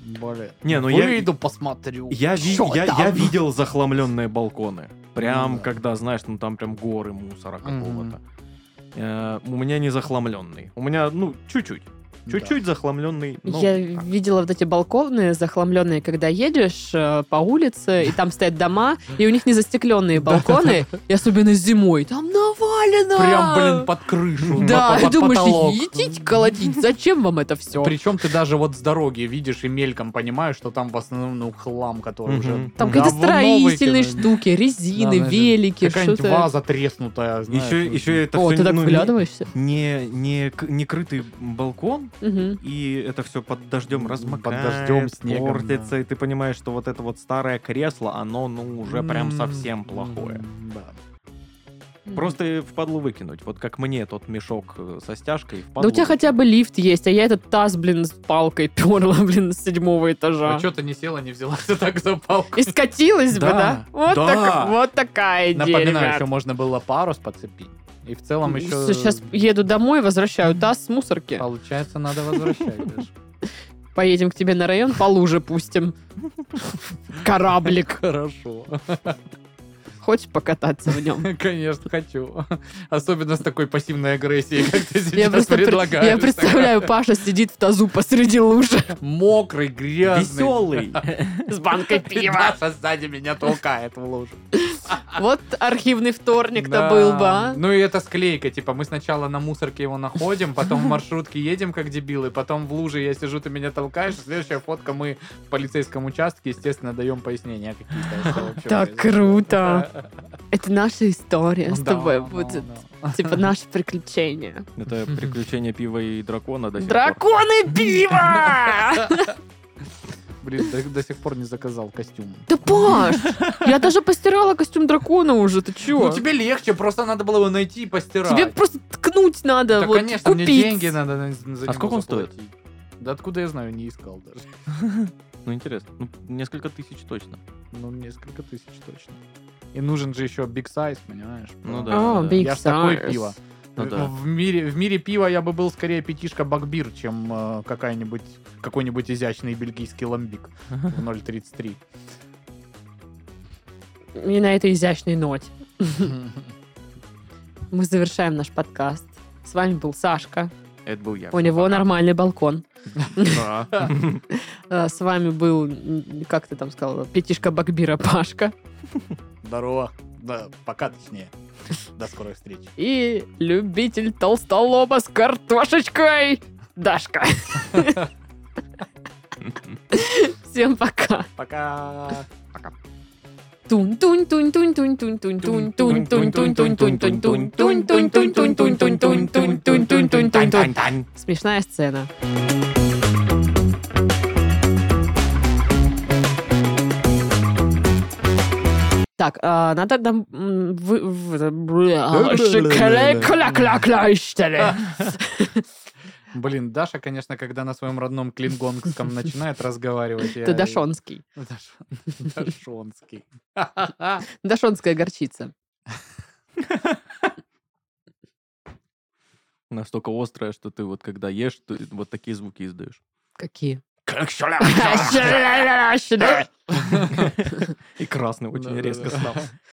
[SPEAKER 2] блин.
[SPEAKER 3] Не, ну я-
[SPEAKER 2] Выйду, посмотрю.
[SPEAKER 3] Я, ви-
[SPEAKER 2] Чё
[SPEAKER 3] я,
[SPEAKER 2] там?
[SPEAKER 3] я видел захламленные балконы. Прям
[SPEAKER 2] Ну да.
[SPEAKER 3] когда, знаешь, ну там прям горы мусора
[SPEAKER 2] Мгм.
[SPEAKER 3] какого-то. Э, у меня не захламленный. У меня, ну, чуть-чуть.
[SPEAKER 2] Да.
[SPEAKER 3] Чуть-чуть захламленный. ну,
[SPEAKER 1] Я
[SPEAKER 3] так.
[SPEAKER 1] видела вот эти балконы захламленные, когда едешь э, по улице, и там стоят дома, и у них не застекленные балконы, и особенно зимой. Там навалено!
[SPEAKER 2] Прям, блин, под крышу.
[SPEAKER 1] Да,
[SPEAKER 2] под-
[SPEAKER 1] и
[SPEAKER 2] под
[SPEAKER 1] думаешь,
[SPEAKER 2] потолок.
[SPEAKER 1] едить, колотить, зачем вам это все?
[SPEAKER 2] Причем ты даже вот с дороги видишь и мельком понимаешь, что там в основном ну, хлам, который
[SPEAKER 3] Мгм.
[SPEAKER 2] уже...
[SPEAKER 1] Там какие-то
[SPEAKER 2] говно
[SPEAKER 1] строительные
[SPEAKER 2] выкинули.
[SPEAKER 1] штуки, резины,
[SPEAKER 2] Да,
[SPEAKER 1] велики,
[SPEAKER 2] Какая-нибудь
[SPEAKER 1] что-то.
[SPEAKER 2] ваза треснутая, знаешь.
[SPEAKER 3] Еще, еще это
[SPEAKER 1] О,
[SPEAKER 3] всё,
[SPEAKER 1] ты так
[SPEAKER 3] ну, не-
[SPEAKER 1] вглядываешься?
[SPEAKER 3] Не, не, к- не крытый балкон,
[SPEAKER 1] Мгм.
[SPEAKER 3] и это все под дождем
[SPEAKER 2] Под
[SPEAKER 3] размокает,
[SPEAKER 2] дождём, снегом,
[SPEAKER 3] портится,
[SPEAKER 2] да.
[SPEAKER 3] и ты понимаешь, что
[SPEAKER 1] М-м-м.
[SPEAKER 3] вот это вот старое кресло, оно, ну, уже прям совсем плохое.
[SPEAKER 2] М, Да.
[SPEAKER 3] Просто в падлу выкинуть. Вот как мне тот мешок э, со стяжкой в
[SPEAKER 1] Да у
[SPEAKER 3] падлу.
[SPEAKER 1] тебя хотя бы лифт есть, а я этот таз, блин, с палкой перла, блин, с седьмого этажа.
[SPEAKER 2] А что ты не села, не взяла ты так за палку?
[SPEAKER 1] И скатилась бы,
[SPEAKER 3] Да,
[SPEAKER 1] да? Вот,
[SPEAKER 3] да.
[SPEAKER 1] так- вот такая идея,
[SPEAKER 2] Напоминаю,
[SPEAKER 1] ребят.
[SPEAKER 2] еще можно было парус подцепить. И в целом еще...
[SPEAKER 1] Сейчас еду домой, возвращаю таз с мусорки.
[SPEAKER 2] Получается, надо возвращать. даже.
[SPEAKER 1] Поедем к тебе на район, по луже пустим. Кораблик.
[SPEAKER 2] Хорошо.
[SPEAKER 1] Хочешь покататься в нем?
[SPEAKER 2] Конечно, хочу. Особенно с такой пассивной агрессией, как ты
[SPEAKER 1] Я,
[SPEAKER 2] сейчас
[SPEAKER 1] просто пр-
[SPEAKER 2] предлагаешь.
[SPEAKER 1] я представляю, Паша сидит в тазу посреди лужи
[SPEAKER 2] Мокрый, грязный.
[SPEAKER 3] Веселый.
[SPEAKER 1] с банкой пива.
[SPEAKER 2] Даша сзади меня толкает в лужу.
[SPEAKER 1] Вот архивный вторник-то
[SPEAKER 2] Да.
[SPEAKER 1] был бы, а?
[SPEAKER 2] Ну и это склейка, типа мы сначала на мусорке его находим, потом в маршрутке едем как дебилы, потом в луже я сижу, ты меня толкаешь. а Следующая фотка мы в полицейском участке, естественно, даем пояснения какие-то. что вообще
[SPEAKER 1] Так
[SPEAKER 2] произошло.
[SPEAKER 1] круто. Это наша история с
[SPEAKER 2] Да,
[SPEAKER 1] тобой
[SPEAKER 2] да,
[SPEAKER 1] будет.
[SPEAKER 2] да.
[SPEAKER 1] Типа наши приключения.
[SPEAKER 3] Это приключение пива и дракона до сих пор.
[SPEAKER 1] Драконы пива!
[SPEAKER 2] Блин, до, до сих пор не заказал костюм.
[SPEAKER 1] Да, Паш, я даже постирала костюм дракона уже, ты
[SPEAKER 2] Ну
[SPEAKER 1] чё?
[SPEAKER 2] тебе легче, просто надо было его найти и постирать.
[SPEAKER 1] Тебе просто ткнуть надо,
[SPEAKER 2] Да,
[SPEAKER 1] вот,
[SPEAKER 2] конечно,
[SPEAKER 1] купить.
[SPEAKER 2] мне деньги надо на- за него
[SPEAKER 3] А сколько он стоит?
[SPEAKER 2] заплатить. Да откуда я знаю, не искал даже.
[SPEAKER 3] Ну, интересно. Ну, несколько тысяч точно.
[SPEAKER 2] Ну, несколько тысяч точно. И нужен же еще big size, понимаешь?
[SPEAKER 3] Ну
[SPEAKER 2] Потому-
[SPEAKER 3] да.
[SPEAKER 1] О,
[SPEAKER 3] да.
[SPEAKER 1] big
[SPEAKER 2] Я ж такое
[SPEAKER 1] size.
[SPEAKER 2] пиво.
[SPEAKER 3] Ну
[SPEAKER 2] В-
[SPEAKER 3] да.
[SPEAKER 2] а, э, в, мире, в мире пива я бы был скорее пятишка Бакбир, чем э, какая-нибудь, какой-нибудь изящный бельгийский ламбик в 0,33.
[SPEAKER 1] И на этой изящной ноте мы завершаем наш подкаст. С вами был Сашка.
[SPEAKER 3] Это был я.
[SPEAKER 1] У него нормальный балкон.
[SPEAKER 3] Да.
[SPEAKER 1] Э, С вами был, м, как ты там сказал, пятишка Бакбира Пашка
[SPEAKER 4] Здорово. Да, пока точнее. До скорой встречи.
[SPEAKER 1] и любитель толстолоба с картошечкой Дашка. Всем пока.
[SPEAKER 4] Пока.
[SPEAKER 1] Тун тун тун тун тун тун тун тун тун тун тун тун тун тун тун тун тун тун тун тун тун тун тун тун тун тун тун тун
[SPEAKER 3] Тань-тань-тань.
[SPEAKER 1] Смешная сцена. Так, а, надо там... м, вы- в- бля, шикале- кля-кля-кля-штеле.
[SPEAKER 2] Блин, Даша, конечно, когда на своем родном клингонгском начинает разговаривать. я-
[SPEAKER 1] Это дашонский.
[SPEAKER 2] Даш- Дашонский.
[SPEAKER 1] Дашонская горчица.
[SPEAKER 3] Настолько острая, что ты вот когда ешь, ты вот такие звуки издаешь.
[SPEAKER 1] Какие?
[SPEAKER 3] И красный очень
[SPEAKER 2] Да-да-да.
[SPEAKER 3] резко стал.